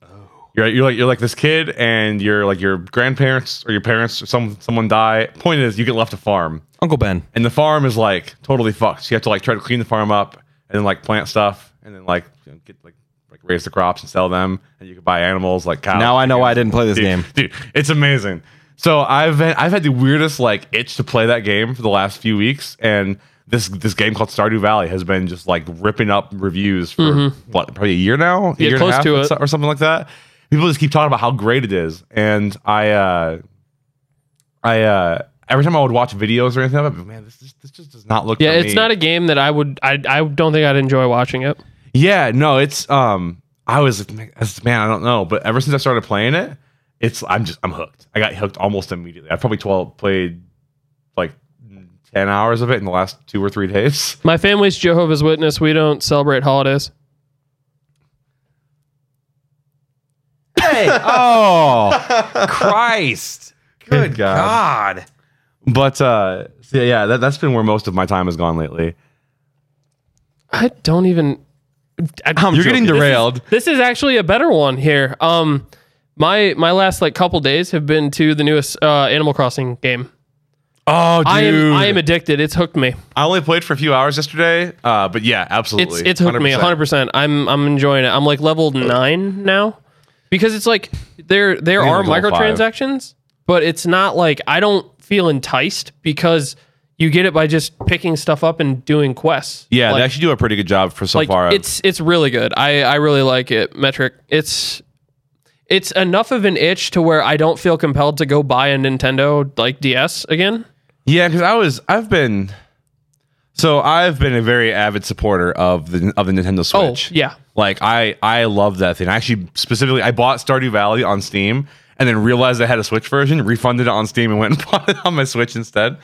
You're you're like you're like this kid, and you're like your grandparents or your parents or some someone die. Point is, you get left to farm, Uncle Ben. and the farm is like totally fucked. So you have to like try to clean the farm up, and then like plant stuff, and then like you know, get like like raise the crops and sell them, and you can buy animals like cows. Now I know why I didn't play this dude, game. dude. It's amazing. So I've had- I've had the weirdest like itch to play that game for the last few weeks, and this this game called Stardew Valley has been just like ripping up reviews for what probably a year now, a Mm-hmm. Yeah, year close and a to half it. or something like that. People just keep talking about how great it is, and I uh, I uh, every time I would watch videos or anything, I'd be, man, this just, this just does not look. Yeah, for it's me." not a game that I would. I I don't think I'd enjoy watching it. Yeah, no, it's um I was like I was- man, I don't know, but ever since I started playing it, it's I'm just I'm hooked. I got hooked almost immediately. I probably 12 played like 10 hours of it in the last 2 or 3 days. My family's Jehovah's Witness. We don't celebrate holidays. Oh, Christ. Good God. But uh so yeah, that that's been where most of my time has gone lately. I don't even. I, I'm You're getting joking. derailed. This is actually a better one here. Um, my my last like couple days have been to the newest uh, Animal Crossing game. oh, dude. I am I am addicted. It's hooked me. I only played for a few hours yesterday, uh but yeah, It's absolutely. it's hooked me 100. percent I'm I'm enjoying it. I'm like level nine now because it's like there there I think are I'm like level five. microtransactions, but it's not like I don't feel enticed because you get it by just picking stuff up and doing quests. Yeah, Like- they actually do a pretty good job for so like far. it's it's really good. I I really like it. Metric. It's it's enough of an itch to where I don't feel compelled to go buy a Nintendo like DS again. Yeah, because I was I've been so I've been a very avid supporter of the of the Nintendo Switch. Oh yeah. Like I I love that thing. I actually specifically I bought Stardew Valley on Steam and then realized I had a Switch version, refunded it on Steam and went and bought it on my Switch instead.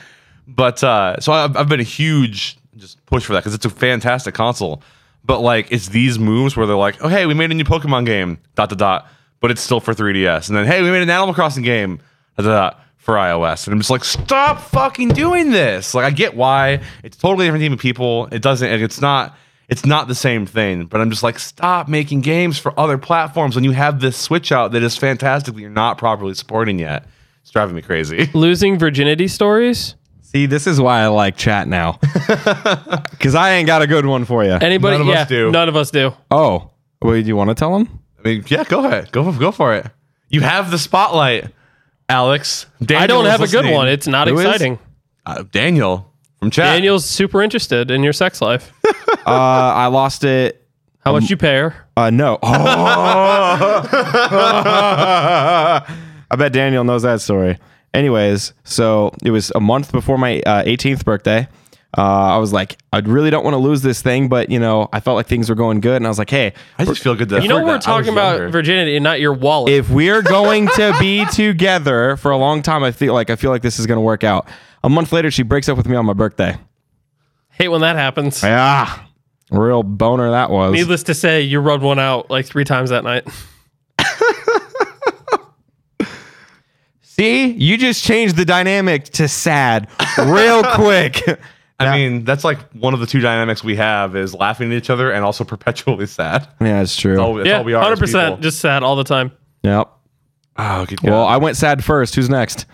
But uh so I've, I've been a huge just push for that because it's a fantastic console. But like it's these moves where they're like, oh hey, we made a new Pokemon game, dot dot dot, but it's still for 3DS. And then hey, we made an Animal Crossing game, dot dot dot for iOS. And I'm just like, stop fucking doing this. Like I get why. It's totally different team of people. It doesn't and it's not it's not the same thing, but I'm just like, stop making games for other platforms when you have this switch out that is fantastic that you're not properly supporting yet. It's driving me crazy. Losing virginity stories. See, this is why I like chat now. Because I ain't got a good one for you. Anybody? None of us yeah. do. None of us do. oh, wait, do you want to tell him? I mean, yeah, go ahead. Go go for it. You have the spotlight, Alex. Daniel I don't is have a good listening. Ah. one. It's not Who is? exciting. uh, Daniel from chat. Daniel's super interested in your sex life. Uh, I lost it. How Um, much you pay her? Uh, no. Oh. I bet Daniel knows that story. Anyways, so it was a month before my uh, 18th birthday. Uh, I was like, I really don't want to lose this thing, but you know, I felt like things were going good, and I was like, hey, I just feel good that You know we're talking about Virginia. virginity and not your wallet. if we're going to be together for a long time, I feel like I feel like this is going to work out. A month later, she breaks up with me on my birthday. Hate when that happens. Yeah, real boner that was. Needless to say, you rubbed one out like three times that night. See, you just changed the dynamic to sad real quick. I mean, that's like one of the two dynamics we have is laughing at each other and also perpetually sad. yeah, it's true. Oh, that's all we are. hundred 100%. percent. Just sad all the time. Yep. Ah, oh, good Well, God. I went sad first. Who's next?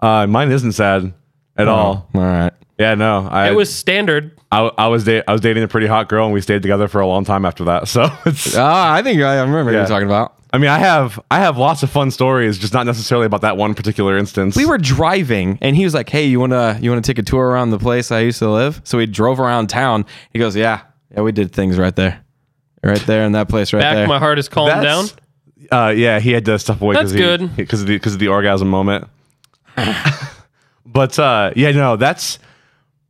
uh, mine isn't sad at all. All right. Yeah, no. I, Oh. It was standard. I, I was da- I was dating a pretty hot girl and we stayed together for a long time after that. So it's Ah, I think I remember what Yeah. you're talking about. I mean I have I have lots of fun stories, just not necessarily about that one particular instance. We were driving, and he was like, "Hey, you wanna you wanna take a tour around the place I used to live?" So we drove around town. He goes, "Yeah, yeah, we did things right there, right there in that place right Back, there." my heart is calmed down. That's- Uh, yeah, he had to step away That's because good. because of the because of the orgasm moment. but uh, yeah, no, that's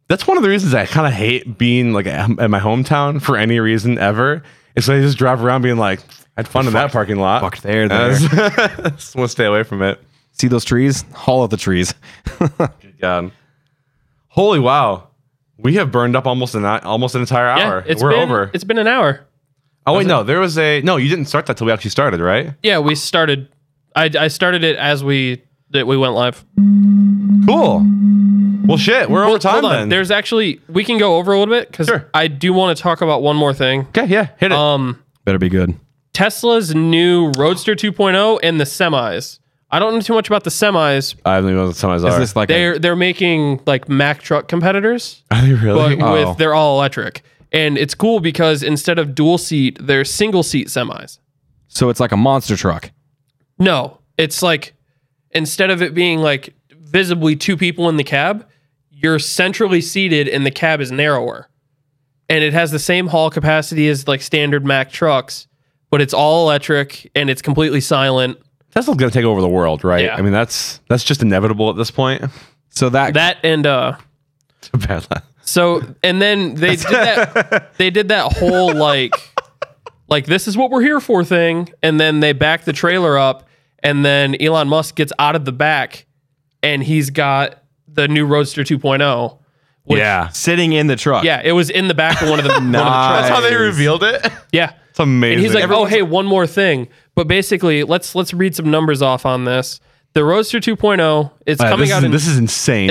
that's one of the reasons I kind of hate being like at at my hometown for any reason ever. Is so I just drive around being like, I had fun in that parking lot. fucked there, And I just, just want to stay away from it. See those trees? Haul out the trees. Good God. Holy wow. We have burned up almost an almost an entire hour. Yeah, it's We're been, over. It's been an hour. Oh wait, no, there was a no. You didn't start that till we actually started, right? Yeah, we started. I, I started it as we that we went live. Cool. Well, shit, we're over time Mm-hmm. Hold on. then. There's actually we can go over a little bit because Sure. I do want to talk about one more thing. okay, yeah, hit it. Um, Better be good. Tesla's new Roadster 2.0 and the semis. I don't know too much about the semis. I don't even know what the semis Is are. this like a, They're they're making like Mack truck competitors, are they really? but Oh. with they're all electric. And it's cool because instead of dual seat, they're single seat semis. so it's like a monster truck? No, it's like instead of it being like visibly two people in the cab, you're centrally seated and the cab is narrower. And it has the same haul capacity as like standard Mack trucks, but it's all electric and it's completely silent. Tesla's gonna take over the world, right? Yeah. I mean, that's that's just inevitable at this point. So that, That and uh Bad luck. so and then they did that they did that whole like like this is what we're here for thing and then they back the trailer up and then Elon Musk gets out of the back and he's got the new Roadster 2.0 which yeah, sitting in the truck. Yeah, it was in the back of one of the, one of the Nice. trucks. that's how they is- revealed it. Yeah. It's amazing. And he's like, "Oh, Everyone- hey, one more thing." But basically, let's let's read some numbers off on this. The Roadster 2.0, it's Uh, coming this out Is, in this is insane.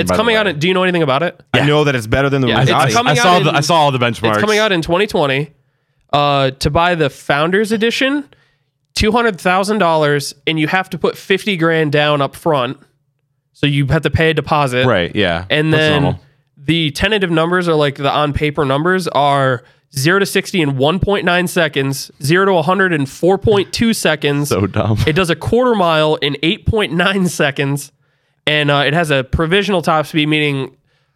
"Oh, it's by the coming way. out in Do you know anything about it? I know that it's better than the Yeah, yeah, it's I, coming I out saw in- the I saw all the benchmarks. It's coming out in 2020. Uh, to buy the Founders Edition, two hundred thousand dollars, and you have to put fifty grand down up front. So you have to pay a deposit, right. Yeah, And That's then normal. the tentative numbers are like the on paper numbers are zero to sixty in one point nine seconds, zero to one hundred in four point two seconds. so dumb. It does a quarter mile in 8.9 seconds, and uh, it has a provisional top speed, meaning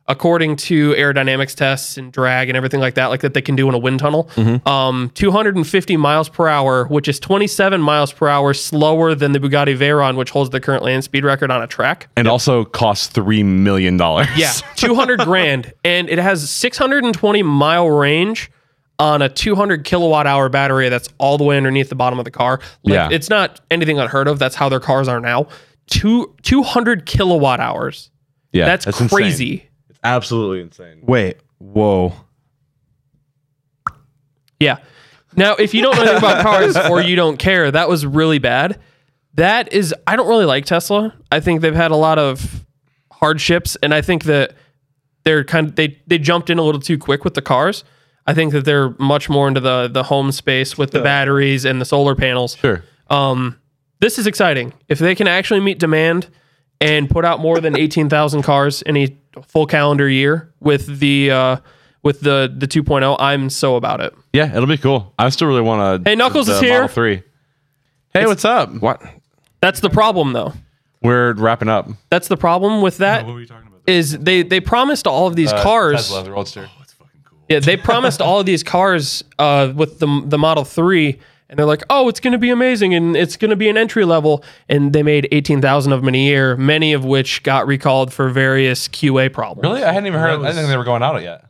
according to aerodynamics tests and drag and everything like that, like that they can do in a wind tunnel, Mm-hmm. um, 250 miles per hour, which is 27 miles per hour slower than the Bugatti Veyron, which holds the current land speed record on a track. and also costs three million dollars. Yeah, 200 grand, and it has 620 mile range on a 200 kilowatt hour battery that's all the way underneath the bottom of the car. Like, Yeah. it's not anything unheard of. That's how their cars are now. Two 200 kilowatt hours. yeah, that's, insane. crazy. It's absolutely insane. Wait, whoa. Yeah. Now, if you don't know anything about cars or you don't care, that was really bad. That is, I don't really like Tesla. I think they've had a lot of hardships, and I think that they're kind of they they jumped in a little too quick with the cars. I think that they're much more into the the home space with the batteries and the solar panels. Sure. Um, this is exciting. If they can actually meet demand and put out more than eighteen thousand cars in a full calendar year with the uh, with the the 2.0, I'm so about it. Yeah, it'll be cool. I still really want to. Hey, Knuckles is here. Model Three. Hey, what's up? What? That's the problem, though. We're wrapping up. That's the problem with that. you talking about? Is they they promised all of these cars. Tesla, the Roadster. Yeah, they promised all of these cars uh, with the the Model Three, and they're like, oh, it's going to be amazing, and it's going to be an entry level, and they made eighteen thousand of them in a year, many of which got recalled for various QA problems. Really? I hadn't even heard. That I didn't think was- they were going out yet.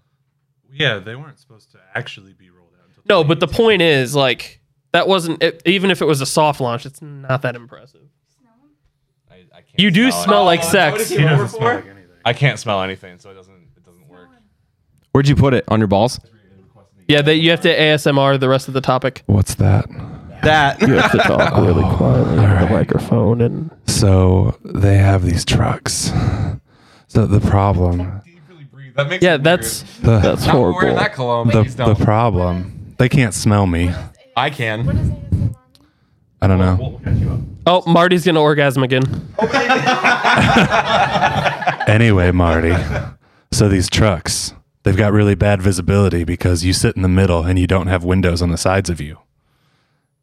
Yeah, they weren't supposed to actually be rolled out until. No, but the point is, like, that wasn't it, even if it was a soft launch, it's not that impressive. I, I can't You do it. smell like sex. he doesn't smell like anything. I can't smell anything, so it doesn't. It doesn't work. Where'd you put it? On your balls? Yeah, that you have to ASMR the rest of the topic. What's that? That. to talk really quietly into the microphone and So they have these trucks. So the problem, That makes yeah, that's the Wearing that cologne. the, Please the don't. problem, they can't smell me. I can. What is ASMR? I don't know. oh Marty's gonna orgasm again. Anyway, Marty. So these trucks, they've got really bad visibility because you sit in the middle and you don't have windows on the sides of you,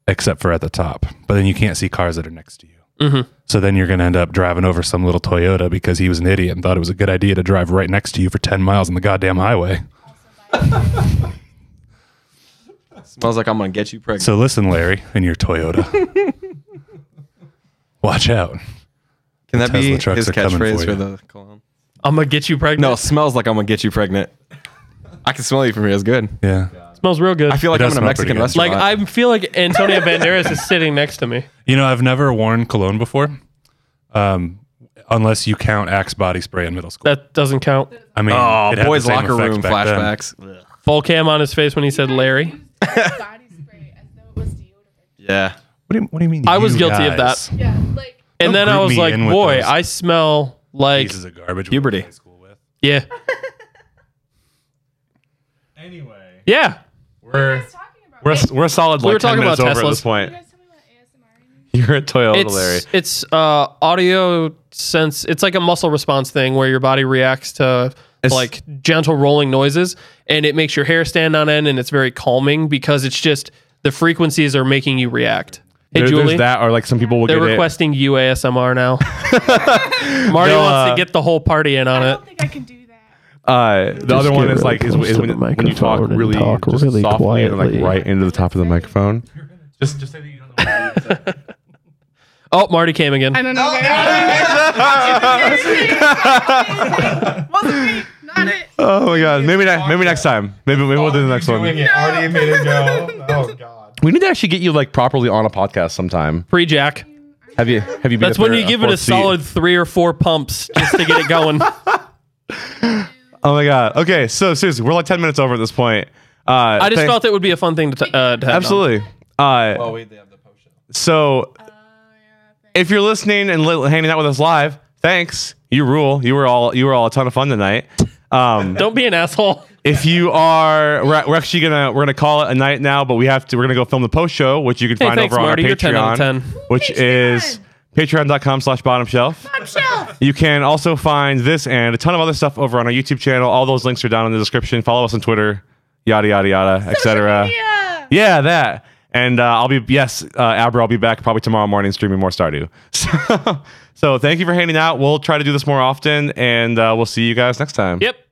except for at the top. But then you can't see cars that are next to you. Mm-hmm. So then you're going to end up driving over some little Toyota because he was an idiot and thought it was a good idea to drive right next to you for 10 miles on the goddamn highway. Smells like I'm gonna get you pregnant. So listen, Larry, and your Toyota. Watch out. can that be Tesla trucks his are coming catchphrase for for, you. the cologne? I'm gonna get you No, pregnant. smells like I'm gonna get you pregnant. I can smell you from here. It's good. Yeah. smells real good. I feel like It I'm does in a smell Mexican pretty good. restaurant. like I feel like Antonio Banderas is sitting next to me. You know, I've never worn cologne before. Um, unless you count Axe body spray in middle school. That doesn't count. I mean, it oh, had boys the same locker effect room back then. flashbacks. Full cam on his face when he said Larry. body spray as though it was deodorant. Yeah. What do you, what do you mean? I was you guilty of guys? Yeah, like And then I group was me like, in with boy, those I smell like Pieces of garbage. we Puberty. were in high school with. yeah, Anyway, yeah. what are you guys talking about? We're a, we're a solid We like were 10 talking minutes about over at this Teslas. point. You guys tell me about ASMR. means? You're a toyota, Larry. It's it's uh, audio sense. It's like a muscle response thing where your body reacts to It's- like gentle rolling noises, and it makes your hair stand on end, and it's very calming because it's just the frequencies are making you react. Hey There- Julie, There's that, or like some people will they're get it. requesting you ASMR now. Marty No, wants uh, to get the whole party in on I it. don't think I can do that. Uh, the other get one is really like is, close is to when, the when you talk microphone and really talk just really softly and quietly. like right into the top of the microphone. Just, just say that you don't know. What it is. Oh, Marty came again. I don't know. what I was doing. Not it. Oh my god! Maybe ne- maybe next time. Maybe maybe we'll do the next Doing one. it already a minute ago. Oh god. We need to actually get you like properly on a podcast sometime. Pre Jack. Have you have you? been That's up when there you give it a fourth seat? solid three or four pumps just to get it going. Oh my god! Okay, so seriously, we're like ten minutes over at this point. Uh, I just thank- felt it would be a fun thing to, t- uh, to have. absolutely. Uh, Oh wait, they have the potion. so if you're listening and li- hanging out with us live, thanks. You rule. You were all you were all a ton of fun tonight. Um, Don't be an asshole. if you are we're, we're actually gonna we're gonna call it a night now but we have to we're gonna go film the post show which you can Hey, find thanks, over on Marty. our You're patreon 10 out of 10. which is patreon.com slash bottom shelf Top shelf. you can also find this and a ton of other stuff over on our youtube channel all those links are down in the description follow us on twitter yada yada yada etc Yeah. yeah that and uh, i'll be yes uh, abra i'll be back probably tomorrow morning streaming more stardew so, so thank you for hanging out we'll try to do this more often and uh, we'll see you guys next time Yep.